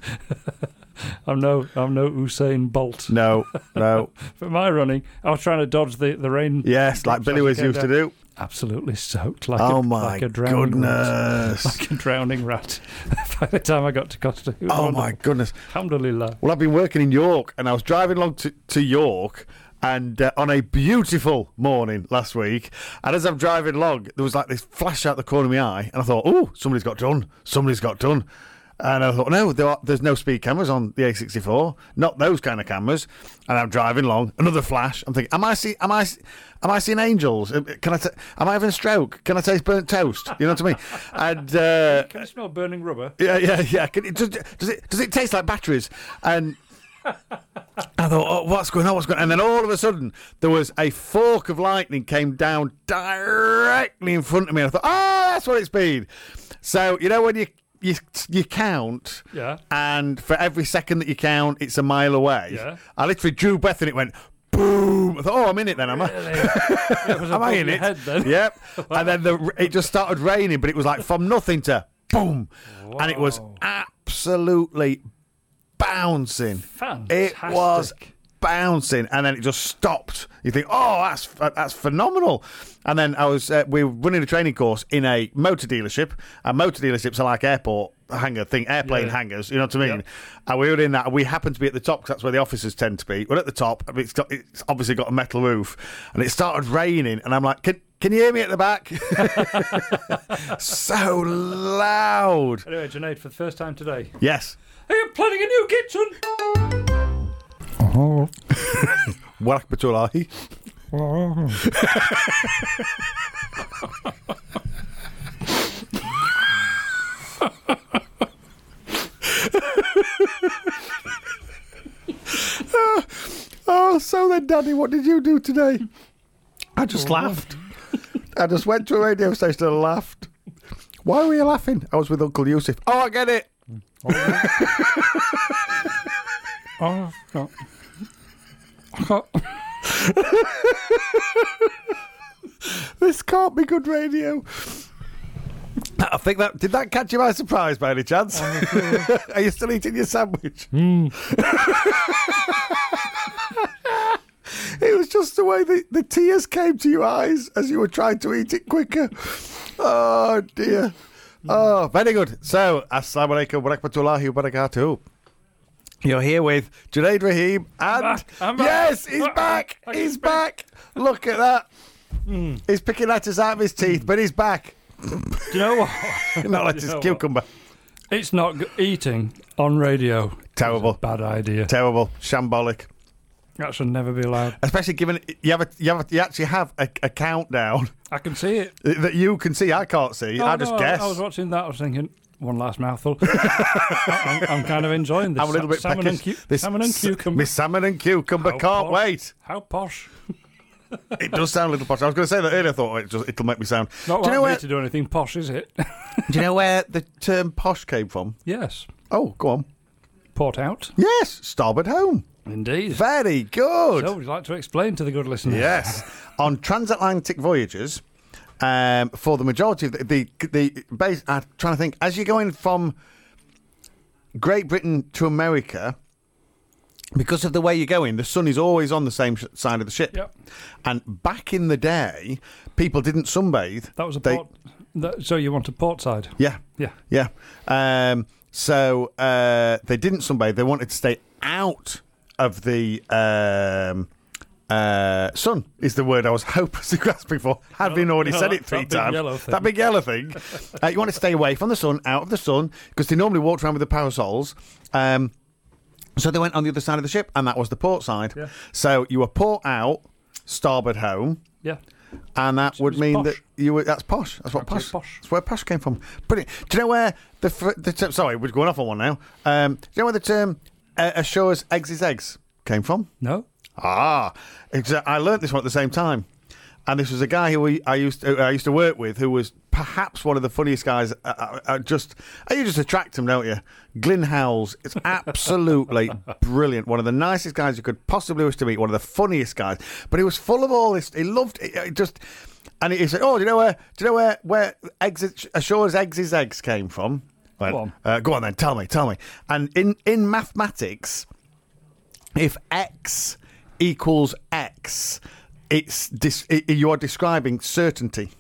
I'm no I'm no Usain Bolt. No, no. But my running, I was trying to dodge the, the rain. Yes, like drops Billy as it came was used to down. do. Absolutely soaked like Oh a, my like a drowning rat. goodness. Like a drowning rat. By the time I got to Costa, it was Oh wonderful. my goodness. Alhamdulillah. Well, I've been working in York, and I was driving along to, to York, and uh, on a beautiful morning last week, and as I'm driving along, there was like this flash out the corner of my eye, and I thought, "Oh, somebody's got done. Somebody's got done." And I thought, no, there are, there's no speed cameras on the A64, not those kind of cameras. And I'm driving along, another flash. I'm thinking, am I see, am I, s- am I seeing angels? Uh, Can I, t- am I having a stroke? Can I taste burnt toast? You know what I mean? And uh, Can you smell burning rubber? yeah, yeah, yeah. Can it, does, does it does it taste like batteries? And I thought, oh, what's going on? What's going on? And then all of a sudden, there was a fork of lightning came down directly in front of me. And I thought, oh, that's what it's been. So you know when you you you count, Yeah. and for every second that you count, it's a mile away. Yeah. I literally drew breath and it went. boom. I thought, oh, I'm in it then, am I? It was Am I above in your it? Head then. Yep. and then the it just started raining, but it was like from nothing to boom, and it was absolutely bouncing. Fantastic. It was bouncing, and then it just stopped. You think, oh, that's that's phenomenal. And then I was uh, we were running a training course in a motor dealership, and motor dealerships are like airport hangar thing, airplane hangars. You know what I mean? And we were in that. and We happened to be at the top because that's where the officers tend to be. We're at the top. I mean, It's got it's obviously got a metal roof, and it started raining, and I'm like, can. Can you hear me at the back? so loud. Anyway, Junaid, for the first time today, Yes. I am planning a new kitchen. Welcome to life. Oh, so then, Daddy, what did you do today? I just laughed. I just went to a radio station and laughed. Why were you laughing? I was with Uncle Yusuf. Oh, I get it. Oh, no. This can't be good radio. I think that did that catch you by surprise by any chance? Oh, Are you still eating your sandwich? Hmm. it was just the way the, the tears came to your eyes as you were trying to eat it quicker. Oh dear. Hmm. Oh, very good. So, Assalamu alaikum wa rahmatullahi wa barakatuh. You're here with Junaid Rahim and back, Ah, I'm back. yes, he's Look, back. I Hmm. can He's speak. back. Look at that. He's picking letters out of his teeth, but he's back. Do you know what? Not like his know what? cucumber. It's not go- eating on radio. Terrible. Bad idea. Terrible. Shambolic. That should never be allowed. Especially given you have a, you have a, you actually have a, a countdown I can see it. that you can see. I can't see. Oh, I just no, guess. I was watching that. I was thinking, one last mouthful. I, am I'm kind of enjoying this. I'm a little bit salmon peckish. and, cu- This salmon and s- cucumber. Miss salmon and cucumber How can't posh. wait. How posh. It does sound a little posh. I was going to say that earlier. I thought oh, it just, it'll make me sound. Not do you likely know where? to do anything posh, is it? Do you know where the term posh came from? yes. Oh, go on. Port out. Yes, starboard home. Indeed. Very good. So, would you like to explain to the good listeners? Yes, on transatlantic voyages, um, for the majority of the the, the base, I'm trying to think. As you're going from Great Britain to America, because of the way you're going, the sun is always on the same sh- side of the ship. Yep. And back in the day, people didn't sunbathe. That was a They- port. That, so, you want a port side? Yeah, Yeah. yeah. Um, so uh, they didn't sunbathe. They wanted to stay out of the um, uh, sun. Is the word I was hopelessly grasping for. Had been already no, said that- it three that big times. yellow thing. That big yellow thing. uh, you want to stay away from the sun, out of the sun, because they normally walked around with the parasols. Um, so they went on the other side of the ship, and that was the port side. Yeah. So you were port out, starboard home. Yeah. And that would was mean posh. that you were. That's posh. That's what posh. Absolute posh. That's where posh came from. Brilliant. Do you know where the. fr- the term, sorry, we're going off on one now. Um, do you know where the term uh, "assures eggs is eggs" came from? No? Ah, it's, uh, I learnt this one at the same time, and this was a guy who we, I used to, who I used to work with, who was perhaps one of the funniest guys. Uh, uh, uh, just uh, you just attract him, don't you? Glyn Howells. It's absolutely brilliant. One of the nicest guys you could possibly wish to meet. One of the funniest guys. But he was full of all this. He loved it. it just. And he he said, "Oh, do you know where? Do you know where where eggs, Assure's eggs is eggs came from?" Went, Go on. Uh, go on then. Tell me. Tell me. And in in mathematics, if x equals x it's dis- i you are describing certainty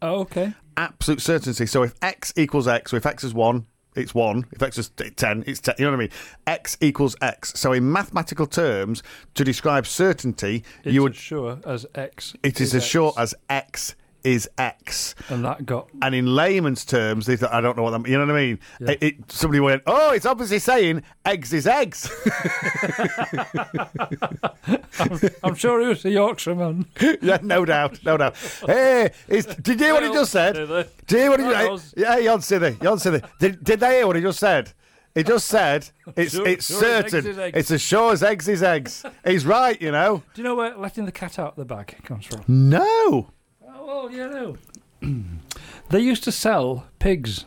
Oh, okay. absolute certainty so if x equals x so if x is 1 it's 1 if x is t- 10 it's 10 you know what i mean x equals x so in mathematical terms to describe certainty It's you would as sure as X. it is as X. short as x is x And that got. and in layman's terms, they thought, I don't know what that You know what I mean? It, it- somebody went, oh, it's obviously saying eggs is eggs. I'm sure he was a Yorkshireman. yeah, no doubt, no doubt. Hey, is, did you hear what he just said? Did they? Did you hear what he Right, I just was- said? Yeah, Yon City, Yon City. Did, did they hear what he just said? He just said it's Sure- it's sure as eggs certain. is eggs. It's as sure as eggs is eggs. He's right, you know. Do you know where letting the cat out of the bag comes from? Mm. No. Oh, well, you know. they used to sell pigs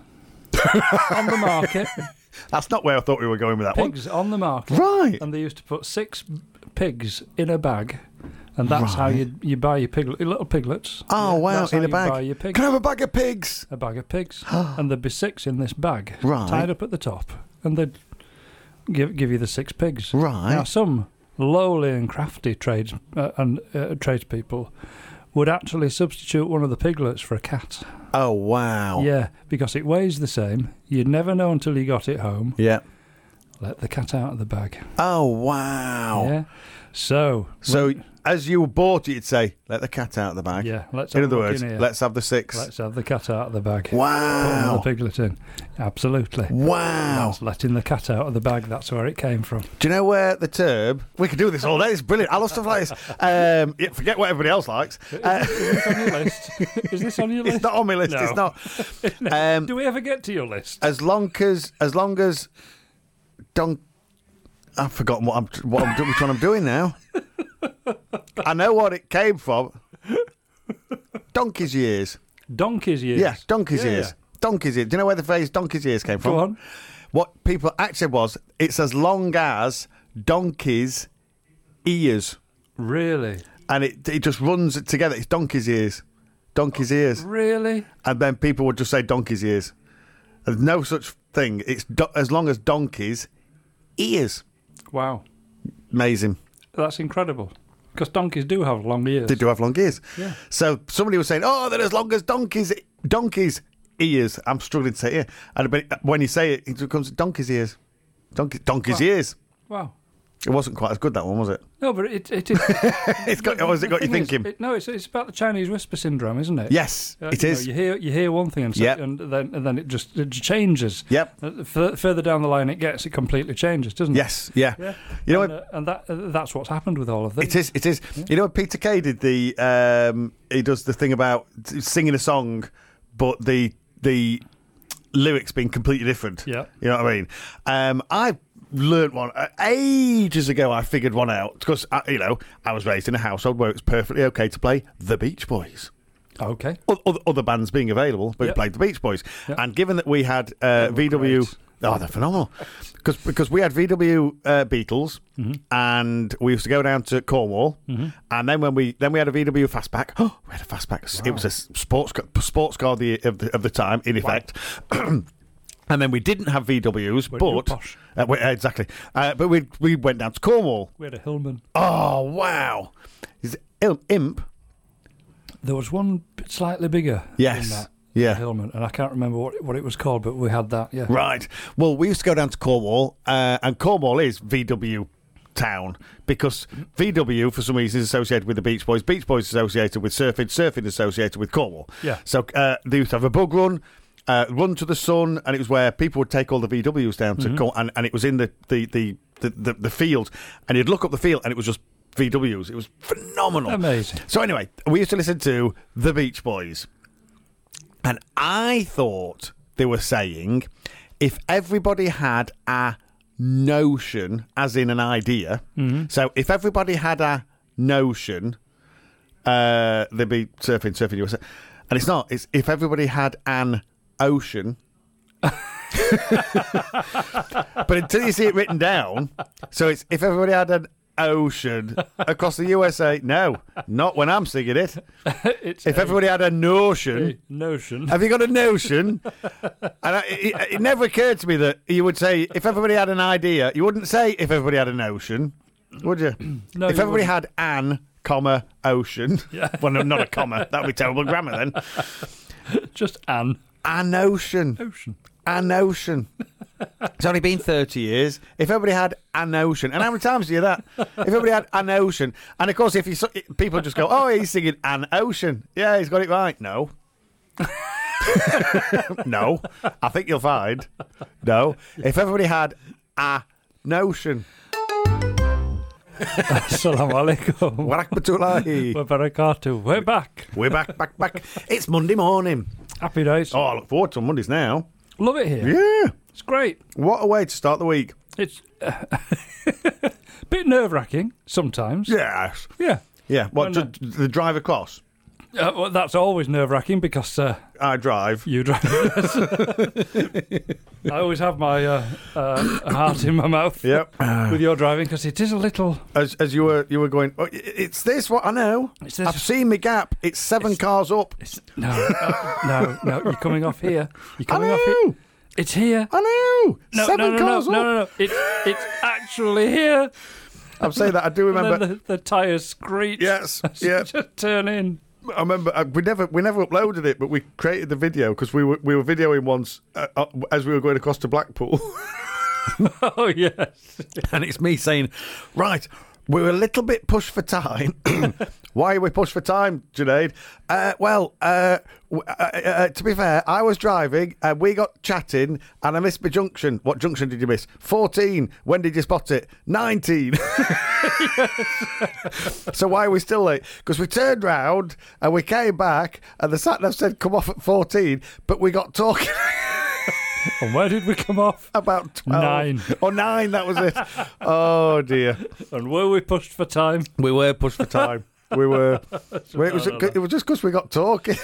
on the market. That's not where I thought we were going with that one. Pigs on the market. Right. And they used to put six pigs in a bag, and that's how you you buy your piglet, your little piglets. Oh, wow, That's in how a you bag. Buy your pig, Can I have a bag of pigs? a bag of pigs, and there'd be six in this bag, Right. tied up at the top, and they'd give give you the six pigs. Right. Now, some lowly and crafty trades uh, and uh, tradespeople would actually substitute one of the piglets for a cat. Oh, wow. Yeah, because it weighs the same. You'd never know until you got it home. Yeah. Let the cat out of the bag. Oh, wow. Yeah. So, So, as you bought it, you'd say, let the cat out of the bag. yeah, let's In have other a look words, in here. let's have the 6 Let's have the cat out of the bag. Put another wow. piglet in. Absolutely. Wow. That's letting the cat out of the bag. That's where it came from. Do you know where the term? We could do this all day. It's brilliant. I love stuff like this. Um, yeah, forget what everybody else likes. Uh, Is this on your list? Is this on your list? it's not on my list. No. It's not. Um, Do we ever get to your list? as long as as long as don't I've forgotten what I'm what I'm do- which one I'm doing now. I know what it came from. Donkey's years. Donkey's years. Yeah, donkey's Yeah, years. yeah. Donkey's ears. Do you know where the phrase donkey's ears came from? Go on. What people actually was it's as long as donkey's ears, Really? and it it just runs it together. It's donkey's ears, donkey's ears, Really? and then people would just say donkey's ears. There's no such thing. It's do- as long as donkey's ears. Wow. Amazing. That's incredible. Because donkeys do have long ears. They do have long ears. Yeah. So somebody was saying, "Oh, they're as long as donkeys, e-, donkeys ears." I'm struggling to say it. And but when you say it, it becomes donkey's ears, donkey, donkey's ears. wow. It wasn't quite as good that one, was it? No, but it, it is. It's got. Or has it got you thing is, thinking? it- no, it's, it's about the Chinese whisper syndrome, isn't it? yes, Uh, it you know, is. you hear you hear one thing and, so, Yep. and then and then it just it changes. Yep. Uh, f- further down the line it gets, it completely changes, doesn't Yes, yeah. it? Yeah. You know and, what? uh, and that uh, that's what's happened with all of this. It is. It is. You know what Peter Kay did the um, he does the thing about t- singing a song, but the the lyrics being completely different. Yeah. You know what I mean? Um, I learnt one uh, ages ago. I figured one out because you know I was raised in a household where it's perfectly okay to play the Beach Boys. Okay. oth- other, other bands being available, but we Yep. played the Beach Boys. And given that we had uh, VW, great. oh, they're phenomenal, because because we had VW uh, Beatles, Mm-hmm. and we used to go down to Cornwall, and then when we then we had a VW Fastback. Oh, we had a Fastback. It was a s- sports ca- sports car of the of the, of the time, in effect. And then we didn't have VWs, Weren't you but posh? uh, we- uh, exactly. Uh, but we we went down to Cornwall. We had a Hillman. Oh wow! Is it Im- imp? There was one bit slightly bigger. Yes. Than that. Yeah. Hillman, and I can't remember what it, what it was called, but we had that. Yeah. Right. Well, we used to go down to Cornwall, uh, and Cornwall is VW town because VW, for some reason, is associated with the Beach Boys. Beach Boys associated with surfing. Surfing associated with Cornwall. Yeah. So uh, they used to have a bug run. Uh, run to the sun, and it was where people would take all the VWs down Mm-hmm. to Cornwall, and, and it was in the the, the, the, the the field, and you'd look up the field, and it was just VWs. It was phenomenal, Amazing. So anyway, we used to listen to the Beach Boys, and I thought they were saying if everybody had a notion, as in an idea, so if everybody had a notion, uh, they'd be surfing, surfing USA. And it's not, it's if everybody had an ocean. but until you see it written down, so it's if everybody had an ocean across the USA. No, not when I'm singing it. It's If a everybody had a notion. notion. Have you got a notion? and I, it, it never occurred to me that you would say if everybody had an idea, you wouldn't say if everybody had a notion, would you? No, if you everybody wouldn't. had an comma ocean, well, no, not a comma, that would be terrible grammar then. Just an An ocean, notion. an ocean. It's only been thirty years. If everybody had an ocean, and how many times do you that? If everybody had an ocean, and of course, if you s- people just go, "Oh, he's singing an ocean," yeah, he's got it right. No, no, I think you'll find. No, if everybody had a notion, Assalamu alaikum. Warakbatullahi. We're barakatuh. We're back. We're back, back, back. It's Monday morning. Happy days. Oh, I look forward to Mondays now. Love it here. Yeah, It's great. what a way to start the week. It's a bit nerve wracking sometimes. Yes. Yeah. Yeah. What Well, ju- the drive across? Uh, well, that's always nerve wracking because uh, I drive. you drive. I always have my uh, uh, heart in my mouth Yep. with your driving because it is a little. Uh, As, as you were you were going, oh, i- it's this what I know. It's this- I've seen my gap. It's seven cars up. It's, no, uh, no, no, you're coming off here. You're I coming off here. know. It's here. I know. No, seven no, no, cars no, up. no, no, no. It's, it's actually here. I'm saying that I do And then remember. the, the tyres screech. Yes, yeah. Just turn in. I remember uh, we never we never uploaded it, but we created the video because we were we were videoing once uh, uh, as we were going across to Blackpool, Oh, yes. and it's me saying, "Right, we're a little bit pushed for time. Why are we pushed for time, Junaid? Uh, well, uh, w- uh, uh, to be fair, I was driving and we got chatting, and I missed my junction. What junction did you miss? Fourteen. When did you spot it? Nineteen. So why are we still late? Because we turned round and we came back, and the sat nav said come off at fourteen, but we got talking And where did we come off? about 12. Nine. or nine. That was it. oh dear, And were we pushed for time? we were pushed for time. We were. we- it was. It was just because we got talking.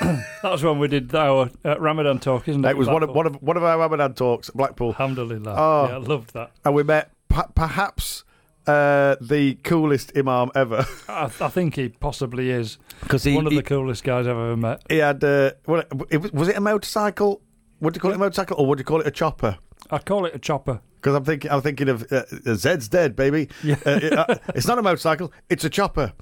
That was when we did our uh, Ramadan talk, isn't it? It was one of one of one of our Ramadan talks at Blackpool, Alhamdulillah. Oh. Yeah, I loved that. and we met p- perhaps uh, the coolest imam ever. I, I think he possibly is Because he one of the coolest guys I've ever met. he had. Uh, well, it was, was it a motorcycle? Would you call it a motorcycle, or would you call it a chopper? I call it a chopper. Because I'm thinking, I'm thinking of uh, uh, Zed's dead, baby. Yeah. Uh, it- uh, it's not a motorcycle; it's a chopper.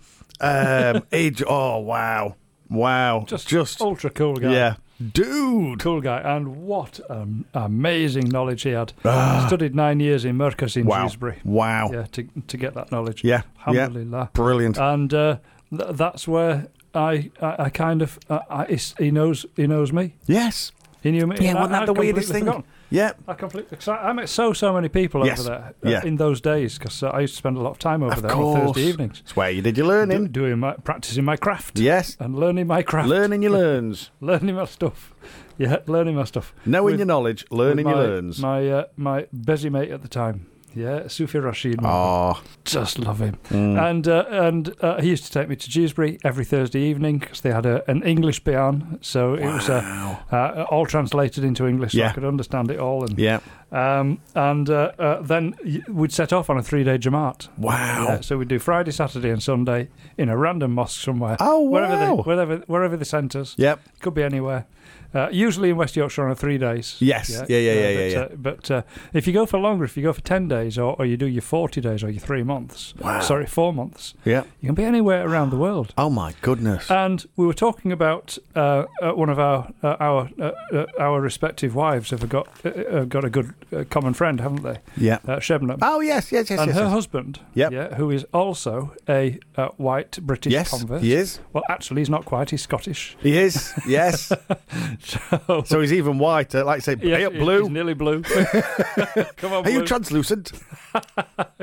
Um, age. Oh wow, wow. Just, ultra cool guy. yeah, dude. Cool guy. And what um, amazing knowledge he had. Studied nine years in Mercus in Ah. Wow, Dewsbury. wow. Yeah, to, to get that knowledge. Yeah, yeah. Alhamdulillah. Brilliant. And uh, th- that's where I, I, I kind of, I, I, he's- he knows he knows me. yes. He knew me. Yeah, And I- wasn't that I'd the weirdest completely thing? forgotten. Yeah. I completely. 'cause I I met so so many people Yes. over there uh, Yeah. in those days because uh, I used to spend a lot of time over Of there on course. Thursday evenings, It's where you did your do- learning. doing my practicing my craft. Yes. and learning my craft, Learning your learns. learning my stuff. Yeah, learning my stuff. Knowing With- your knowledge, with learning my, your learns. My uh, my busy mate at the time. Yeah, Sufi Rashid. Ah, Just love him. Mm. And uh, and uh, he used to take me to Dewsbury every Thursday evening because they had a, an English pian, so it was uh, uh, all translated into English, so I Yeah. could understand it all. And yeah. um, and uh, uh, then y- we'd set off on a three day Jamaat. Wow. Yeah, so we'd do Friday, Saturday, and Sunday in a random mosque somewhere. Oh, Wherever they, wow. wherever, wherever they sent us. Yep. Could be anywhere. Uh, usually in West Yorkshire on a three days. Yes. Yeah, yeah, yeah, yeah, but uh, but uh, if you go for longer, if you go for 10 days or, or you do your 40 days or your three months, sorry, four months, Yeah. you can be anywhere around the world. Oh my goodness. And we were talking about uh, uh, one of our uh, our uh, uh, our respective wives have got uh, uh, got a good uh, common friend, haven't they? yeah. Uh, Shebnam. oh yes, yes, yes, and yes. her yes. husband, Yep. yeah, who is also a uh, white British Yes, convert. he is. Well, actually, he's not quite. He's Scottish. He is. Yes. So, so he's even whiter. Like I say, Yeah, hey up, he- blue. He's nearly blue. Come on, Are you blue. translucent?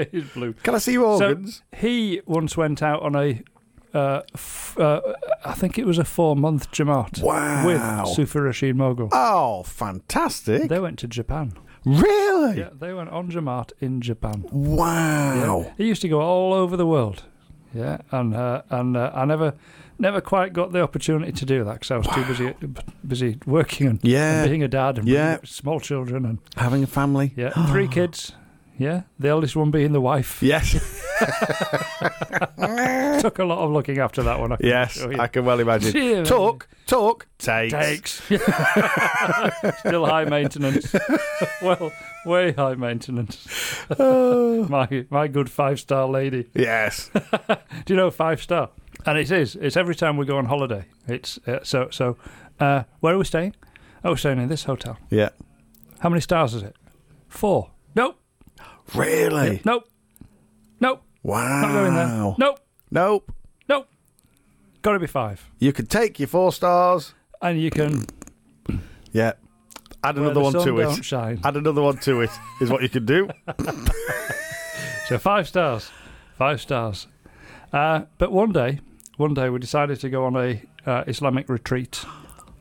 he's blue. Can I see your So organs? he once went out on a, uh, f- uh, I think it was a four-month Jamaat with Wow. Sufi Rashid Mogul. oh, fantastic. They went to Japan. really? Yeah, they went on Jamaat in Japan. Wow. He used to go all over the world. Yeah, and uh, and uh, I never never quite got the opportunity to do that because I was too busy busy working and, Yeah. and being a dad and bringing Yeah. up small children and Having a family. yeah, three kids. Yeah, the eldest one being the wife. Yes. Took a lot of looking after that one. I can Yes. assure you. I can well imagine. Dear. Talk. Talk. Takes. Oh, takes. Still high maintenance. well, way high maintenance. my my good five star lady. Uh, Yes. Do you know five star? And it is. It's every time we go on holiday. It's uh, so so. Uh, where are we staying? Oh, we're staying in this hotel. yeah. How many stars is it? Four. Nope. Really? Nope. Nope. Wow. Not going there. Nope. Nope. Nope. Got to be five. You could take your four stars. And you can Yeah. Add where another the one sun to Don't it. shine. Add another one to it is what you could do. So five stars, five stars. Uh, but one day, one day we decided to go on a uh, Islamic retreat.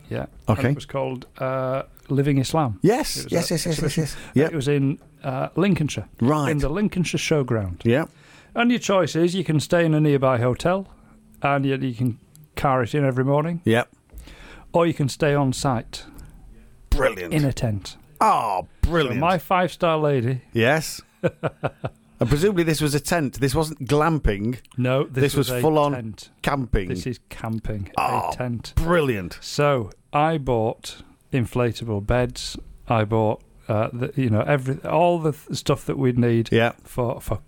Yeah. And Okay. it was called uh, Living Islam. Yes. It was Yes, a yes, yes, yes, yes. It Yep. was in uh, Lincolnshire. Right. In the Lincolnshire Showground. Yep. And your choice is you can stay in a nearby hotel, and yet you can car it in every morning, Yep. or you can stay on site Brilliant. in a tent. oh, brilliant. My five star lady. Yes. and presumably this was a tent. This wasn't glamping. No, this, This, was, a full on tent. camping. This is camping. Oh. A tent. brilliant. So I bought inflatable beds. I bought uh, the, you know every all the th- stuff that we'd need Yeah. for for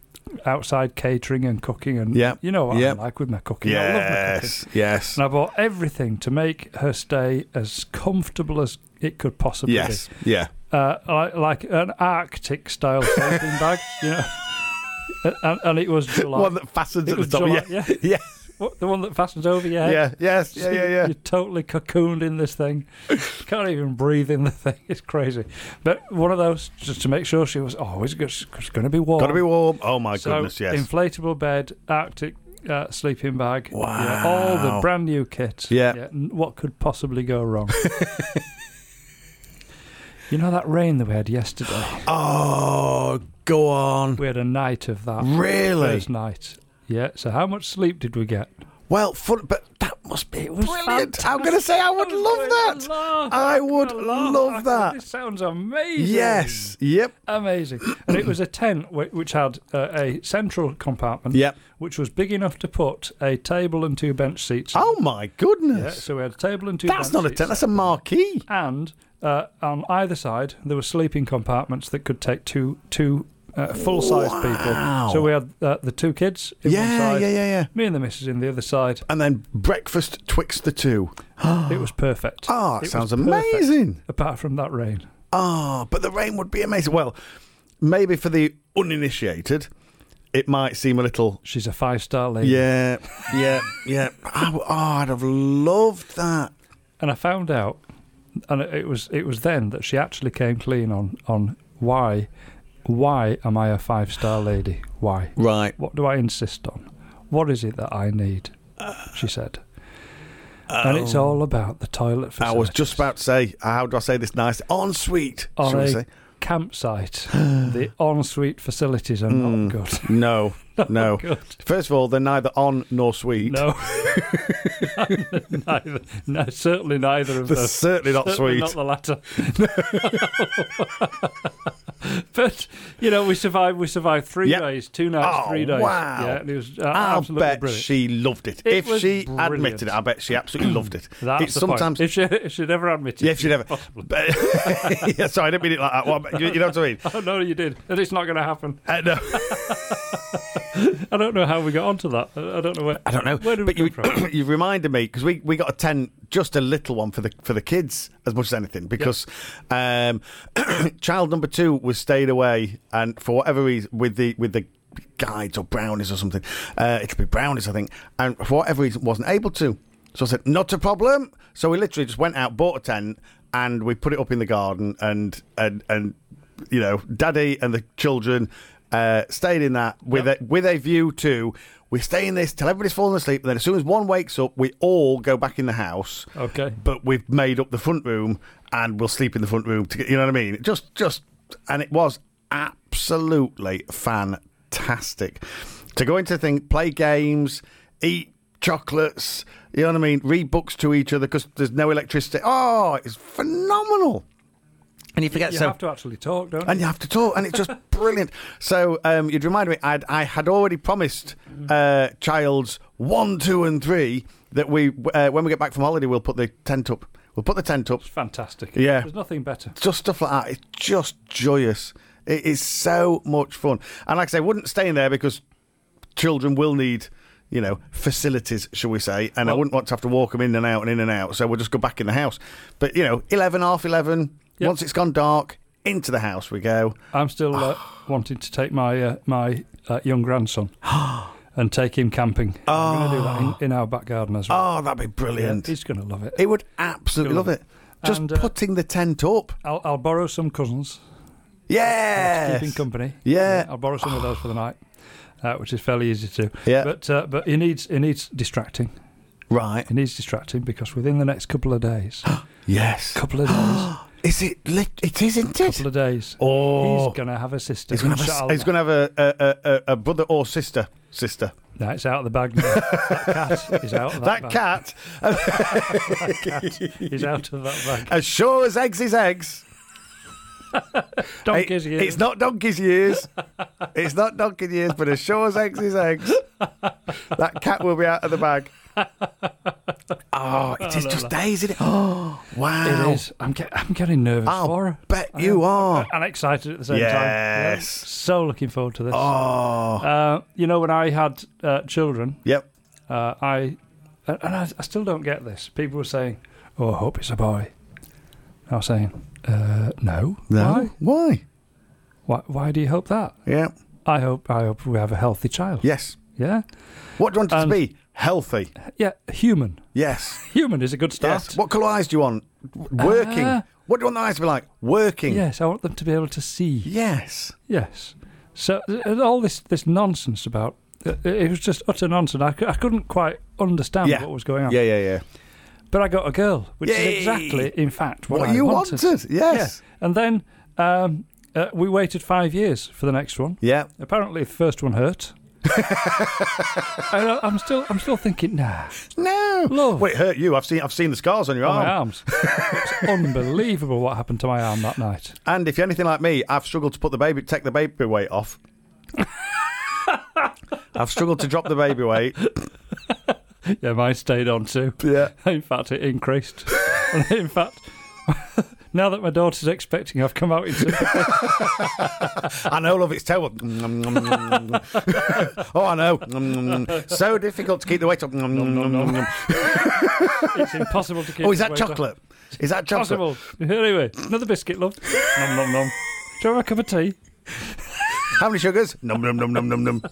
outside catering and cooking and Yeah. you know what Yeah. I like with my cooking. I love my cooking. Yes. Yes. And I bought everything to make her stay as comfortable as it could possibly Yes. Yeah. be. Uh, like, like an Arctic style sleeping bag, you know. And, and it was July. One that fastens It at the was top. July, Yeah. yeah. Yeah. What, the one that fastens over your Yeah. head. Yes. So Yeah. Yeah. Yeah. You're totally cocooned in this thing. Can't even breathe in the thing. It's crazy. But one of those, just to make sure she was, oh, it's, going to be warm. Got to be warm. Oh my so, goodness. Yes. inflatable bed, Arctic uh, sleeping bag. yeah, all the Wow. brand new kit. Yeah. n- What could possibly go wrong? you know that rain that we had yesterday? oh, go on. We had a night of that. Really? First night. Yeah. So, how much sleep did we get? Well, fun, but that must be It was brilliant. I'm fantastic. going to say Oh, I would was love going that. to laugh. I was would gonna laugh. love I thought, that. This sounds amazing. Yes. Yep. Amazing. And it was a tent whi- which had uh, a central compartment, Yep. which was big enough to put a table and two bench seats. in. Oh my Yeah, goodness. so we had a table and two that's bench not a seats. tent. That's a marquee. And uh, on either side, there were sleeping compartments that could take two, two uh, full sized Wow. people. So we had uh, the two kids in one Yeah. side, Yeah. Yeah. Yeah. me and the missus in the other side. And then breakfast twixt the two. It was perfect. Ah, It it was sounds perfect, amazing. Apart from that rain. Ah, but the rain would be amazing. Well, maybe for the uninitiated, it might seem a little. She's a five star lady. Yeah, yeah, yeah. Oh, oh, I'd have loved that. And I found out, and it was it was then that she actually came clean on on why why am I a five star lady? Why? Right. What do I insist on? What is it that I need? She said. and it's all about the Oh. toilet I facilities. was just about to say, how do I say this nice? Ensuite. on shall we a say? campsite. the ensuite facilities are Mm. not good. No, Oh, no. good. First of all, they're neither on nor sweet. No, neither, no, certainly neither of They're those. certainly not Certainly sweet. Not the latter. but you know, we survived. We survived three Yeah. days, two nights, Oh, three days. wow. Yeah, and it was uh, I absolutely bet brilliant. she loved it. It if was she brilliant. admitted it, I bet she absolutely loved it. That's it's the sometimes point. if she if she'd ever admitted. Yeah, if she'd ever. But, yeah, sorry, I didn't mean it like that. Well, but you, you know what I mean? Oh no, you did, and it's not going to happen. Uh, no. I don't know how we got onto that. I I don't know where. I don't know. Where did but we you, come from? you've reminded me because we, we got a tent, just a little one for the for the kids as much as anything because um, child number two was stayed away and for whatever reason with the with the guides or brownies or something, uh, it'll be brownies I think, and for whatever reason wasn't able to. So I said, not a problem. So we literally just went out, bought a tent, and we put it up in the garden, and and and you know, Daddy and the children uh, stayed in that with a, with a view to we stay in this till everybody's fallen asleep, and then as soon as one wakes up, we all go back in the house. Okay. But we've made up the front room, and we'll sleep in the front room. To get, you know what I mean? Just just and it was absolutely fantastic to go into the thing, play games, eat chocolates. You know what I mean? Read books to each other because there's no electricity. Oh, it's phenomenal. And you forget You so have to actually talk, don't you? and you have to talk, and it's just brilliant. So um, you'd remind me, I'd, I had already promised uh, Childs one, two, and three that we, uh, when we get back from holiday, we'll put the tent up. We'll put the tent up. Fantastic. Yeah. There's nothing better. Just stuff like that. It's just joyous. It is so much fun. And like I say, I wouldn't stay in there because children will need. You know, facilities, shall we say, and I wouldn't want to have to walk them in and out and in and out, so we'll just go back in the house. But, you know, 11, half 11, Yep. once it's gone dark, into the house we go. I'm still uh, wanting to take my uh, my uh, young grandson Oh. and take him camping. I'm going to do that in, in our back garden as well. Oh, that'd be Yeah, brilliant. he's going to love it. He would absolutely He'll love it. Just And, uh, putting the tent up. I'll, I'll borrow some cousins, Yeah. keeping company. Yeah. I'll borrow some of those for the night, uh, which is fairly easy to. do. Yeah. But uh, but he needs he needs distracting. Right. He needs distracting because within the next couple of days, Yes. couple of days, Is it? Lit? It is, isn't it? couple of days, Oh. he's going to have a sister. He's gonna have, a, he's gonna have a, a, a, a brother or sister. Sister. No, it's out of the bag now. that cat is out of That that, bag. cat, He's out of that bag. as sure as eggs is eggs. Donkey's It- years. It's not donkey's years. it's not donkey years, but as sure as eggs is eggs, that cat will be out of the bag. Oh, it is just days, isn't it? Oh, wow. It is. I'm, get, I'm getting nervous I'll for her. bet you are. And excited at the same time. Yes. So looking forward to this. Oh. Uh, you know, when I had uh, children, Yep. uh, I and and I, I still don't get this. People were saying, "Oh, I hope it's a boy." I was saying, uh, "No, No. Why? Why? why? Why do you hope that? Yeah. I hope I hope we have a healthy child. Yes. yeah, What do you want it And- to be? Healthy. yeah. Human, Yes. human is a good start. Yes. What colour eyes do you want? Working. Ah. what do you want the eyes to be like? Working. Yes, I want them to be able to see. Yes. Yes. So and all this this nonsense about it it was just utter nonsense. I, cou- I couldn't quite understand Yeah. what was going on. Yeah, yeah, yeah. But I got a girl, which Yay! is exactly, in fact, what, What I you wanted. wanted, yes. Yeah. And then um, uh, we waited five years for the next one. Yeah. Apparently, the first one hurt. and I, I'm still, I'm still thinking, nah, No. Love. Well, it hurt you. I've seen I've seen the scars on your my arm. arms. it's unbelievable what happened to my arm that night. And if you're anything like me, I've struggled to put the baby take the baby weight off. I've struggled to drop the baby weight. Yeah, mine stayed on too. Yeah. In fact, it increased. and in fact, now that my daughter's expecting, I've come out into I know, love, it's terrible. oh, I know. so difficult to keep the weight up. it's impossible to keep. Oh, is this that weight off. chocolate? Is that chocolate? Possible. Anyway, another biscuit, love. nom nom nom. Do you have a cup of tea? How many sugars? Num num num num num num.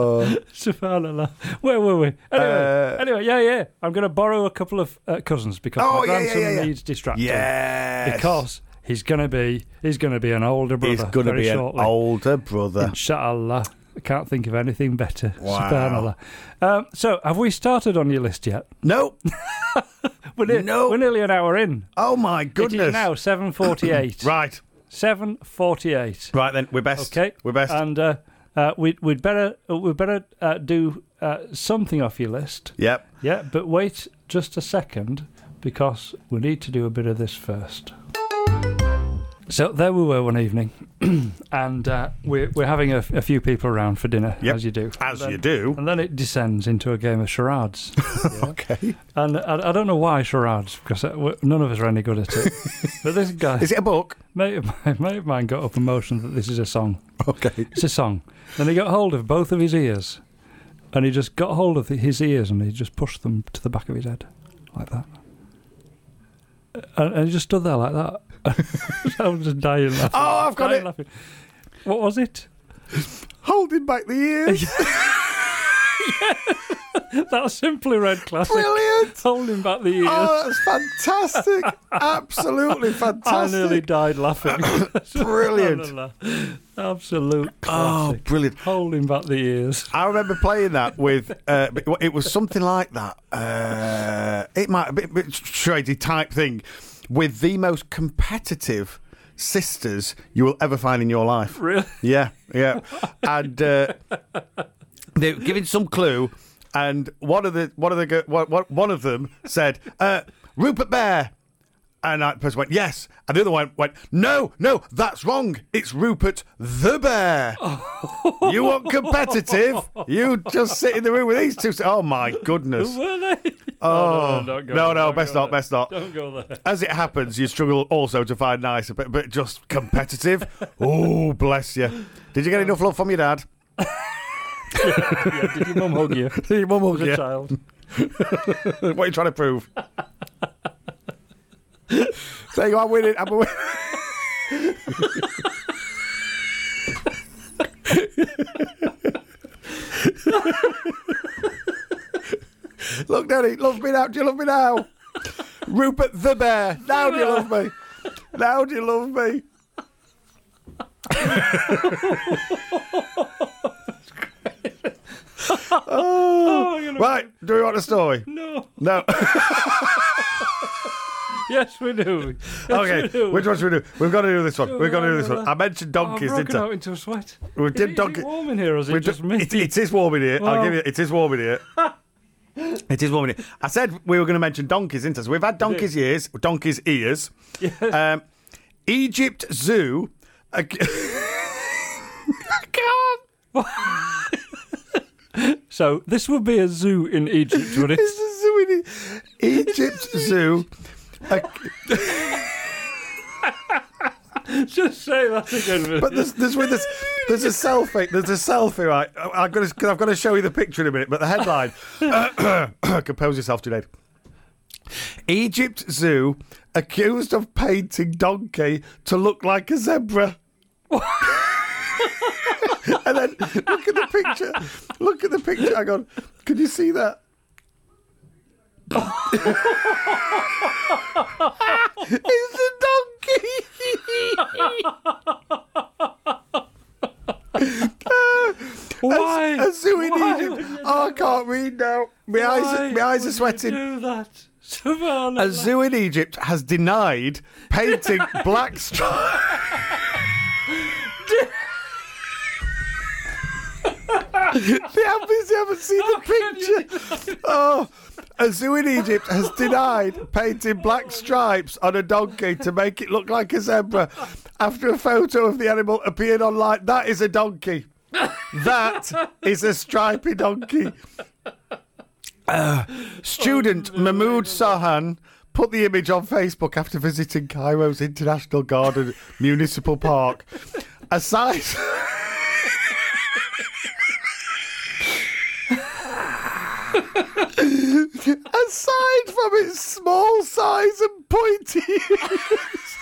Subhanallah. Where were we? Uh, Anyway, anyway, yeah, yeah. I'm going to borrow a couple of uh, cousins because Oh, yeah, yeah, my grandson yeah, yeah. needs distracting. Yes. Because he's going to be he's going to be an older brother. he's going to very be an shortly. older brother. Inshallah. I can't think of anything better. Wow. Subhanallah. Um, so, have we started on your list yet? No. We're, near- No. we're nearly an hour in. Oh my It goodness. is now 7.48. Right. 7.48. Right then, we're best. Okay, We're best. And uh, uh, we'd we'd better we'd better uh, do uh, something off your list. yep. Yeah, but wait just a second because we need to do a bit of this first. So there we were one evening, and uh, we're we're having a, a few people around for dinner Yep. as you do, As And you then- do. And then it descends into a game of charades. Okay. And I, I don't know why charades, because uh, we- none of us are any good at it. but this guy, Is it a book? mate of mine, mate of mine got up a motion that this is a song. Okay. It's a song. Then he got hold of both of his ears, and he just got hold of the, his ears and he just pushed them to the back of his head, like that. Uh, And, and he just stood there like that. I was just dying laughing. Oh, I've got dying it. laughing. What was it? Holding back the ears. That was simply red classic. Brilliant. Holding back the ears. Oh, that's fantastic. Absolutely I nearly fantastic. died laughing. Brilliant. Absolute Oh, classic. brilliant. Holding back the ears. I remember playing that with. Uh, it was something like that. Uh, it might a bit, bit shady type thing with the most competitive sisters you will ever find in your life. Really? Yeah, yeah. And uh, they were giving some clue, and one of the one of the go- one- one- one of them said uh, Rupert Bear. And that person went, yes. And the other one went, no, no, that's wrong. It's Rupert the Bear. You want competitive? You just sit in the room with these two. Oh my goodness! Were they? Oh no, don't go no, no, there, don't best go not, there. best not. Don't go there. As it happens, you struggle also to find nice, but, but just competitive. oh, bless you! Did you get enough love from your dad? Did your mum hug you? Your mum As hugged a you. child. What are you trying to prove? there you are, winning. I'm a winner. Look, Daddy, love me now. Do you love me now? Rupert the Bear. Now do you love me? Now do you love me? Oh, I'm gonna- Oh, Right, do we want a story? No. No. Yes, we do. Yes, we Okay, do. which one should we do? We've got to do this one. We've got to do this one. I mentioned Oh, donkeys, I've didn't broken I? out into a sweat. We Is did it- is donkey- it warm in here, or is it We're just ju- me? It, it is warm in here. I'll Wow. give you. It is warm in here. it is warm in here. I said we were going to mention donkeys, didn't I? So we've had donkeys' ears, donkeys' ears. Um, Egypt Zoo. I c- I can't. So this would be a zoo in Egypt, would it? It's a zoo in E- Egypt Zoo. I- just say that again. But there's, there's, there's, there's a selfie. There's a selfie. Right, I- I've got to, cause I've got to show you the picture in a minute. But the headline: Compose yourself today. Egypt Zoo accused of painting donkey to look like a zebra. and then look at the picture. Look at the picture. Hang on. Can you see that? it's a donkey. Why? A zoo in Why Egypt. would you Oh, I can't read now. My eyes, my eyes are sweating. Do that, Savannah. A zoo in Egypt has denied painting black stripes. they haven't, they haven't seen the picture. Oh, a zoo in Egypt has denied painting black stripes on a donkey to make it look like a zebra after a photo of the animal appeared online. That is a donkey. That is a stripy donkey. Student Mahmoud Sahan put the image on Facebook after visiting Cairo's International Garden Municipal Park. A size. Aside from its small size and pointy ears,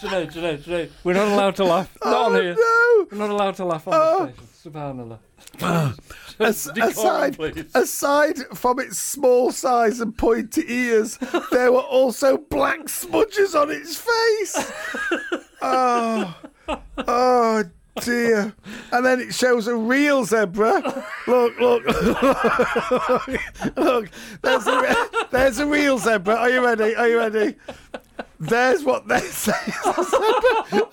Sinead, Sinead, Sinead. We're not allowed to laugh. Not on here. Oh, no, Oh. We're not allowed to laugh on the station. Savannah. As- Decorum, aside, please. aside from its small size and pointy ears, there were also black smudges on its face. oh, oh dear. And then it shows a real zebra. Look, look, look, look. There's a, re- there's a real zebra. Are you ready? Are you ready? There's what they say is a zebra.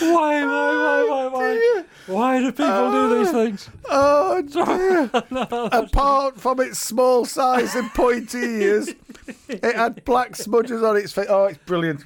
Why, why, why, why, why? Why do people do Ah. these things? Oh dear. Apart from its small size and pointy ears, it had black smudges on its face. Oh, it's brilliant.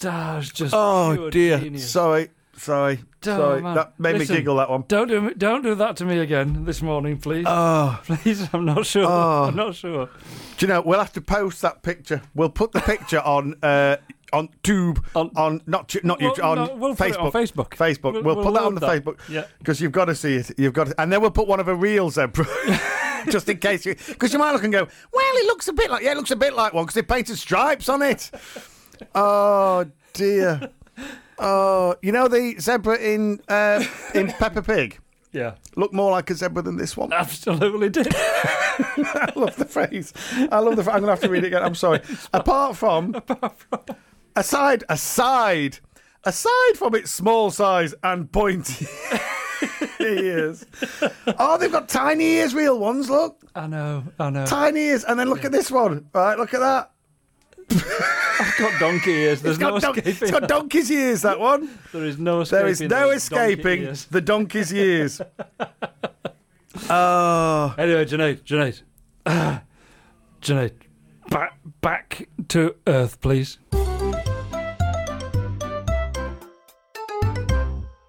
That's just Oh, pure genius. Sorry, sorry, Oh, sorry. man. That made Listen. me giggle. That one. Don't do me- don't do that to me again this morning, please. Oh, please, I'm not sure. Oh. I'm not sure. do you know? We'll have to post that picture. We'll put the picture on uh, on Tube On- on, not Tu- not YouTube Well, on, no, we'll put it on Facebook. Facebook. Facebook. We'll, put that on the load Facebook Yeah. because you've got to see it. You've got, to, and then we'll put one of a real zebra, just in case you, because you might look and go, well, it looks a bit like, yeah, it looks a bit like one because they painted stripes on it. oh dear. Oh, you know the zebra in uh, in Peppa Pig Yeah. look more like a zebra than this one. Absolutely did. I love the phrase. I love the. phr- I'm going to have to read it again. I'm sorry. Apart from, aside, aside, aside from its small size and pointy ears. Oh, they've got tiny ears, real ones. Look, I know. I know. tiny ears, and then look at this one. Right, look at that. I've got donkey ears. There's It's got, no don- escaping. it's got donkey's ears. That one. there is no escaping. There is no those donkey escaping ears. the donkey's ears. Oh, Anyway, Junaid, Junaid, Junaid, back back to earth, please.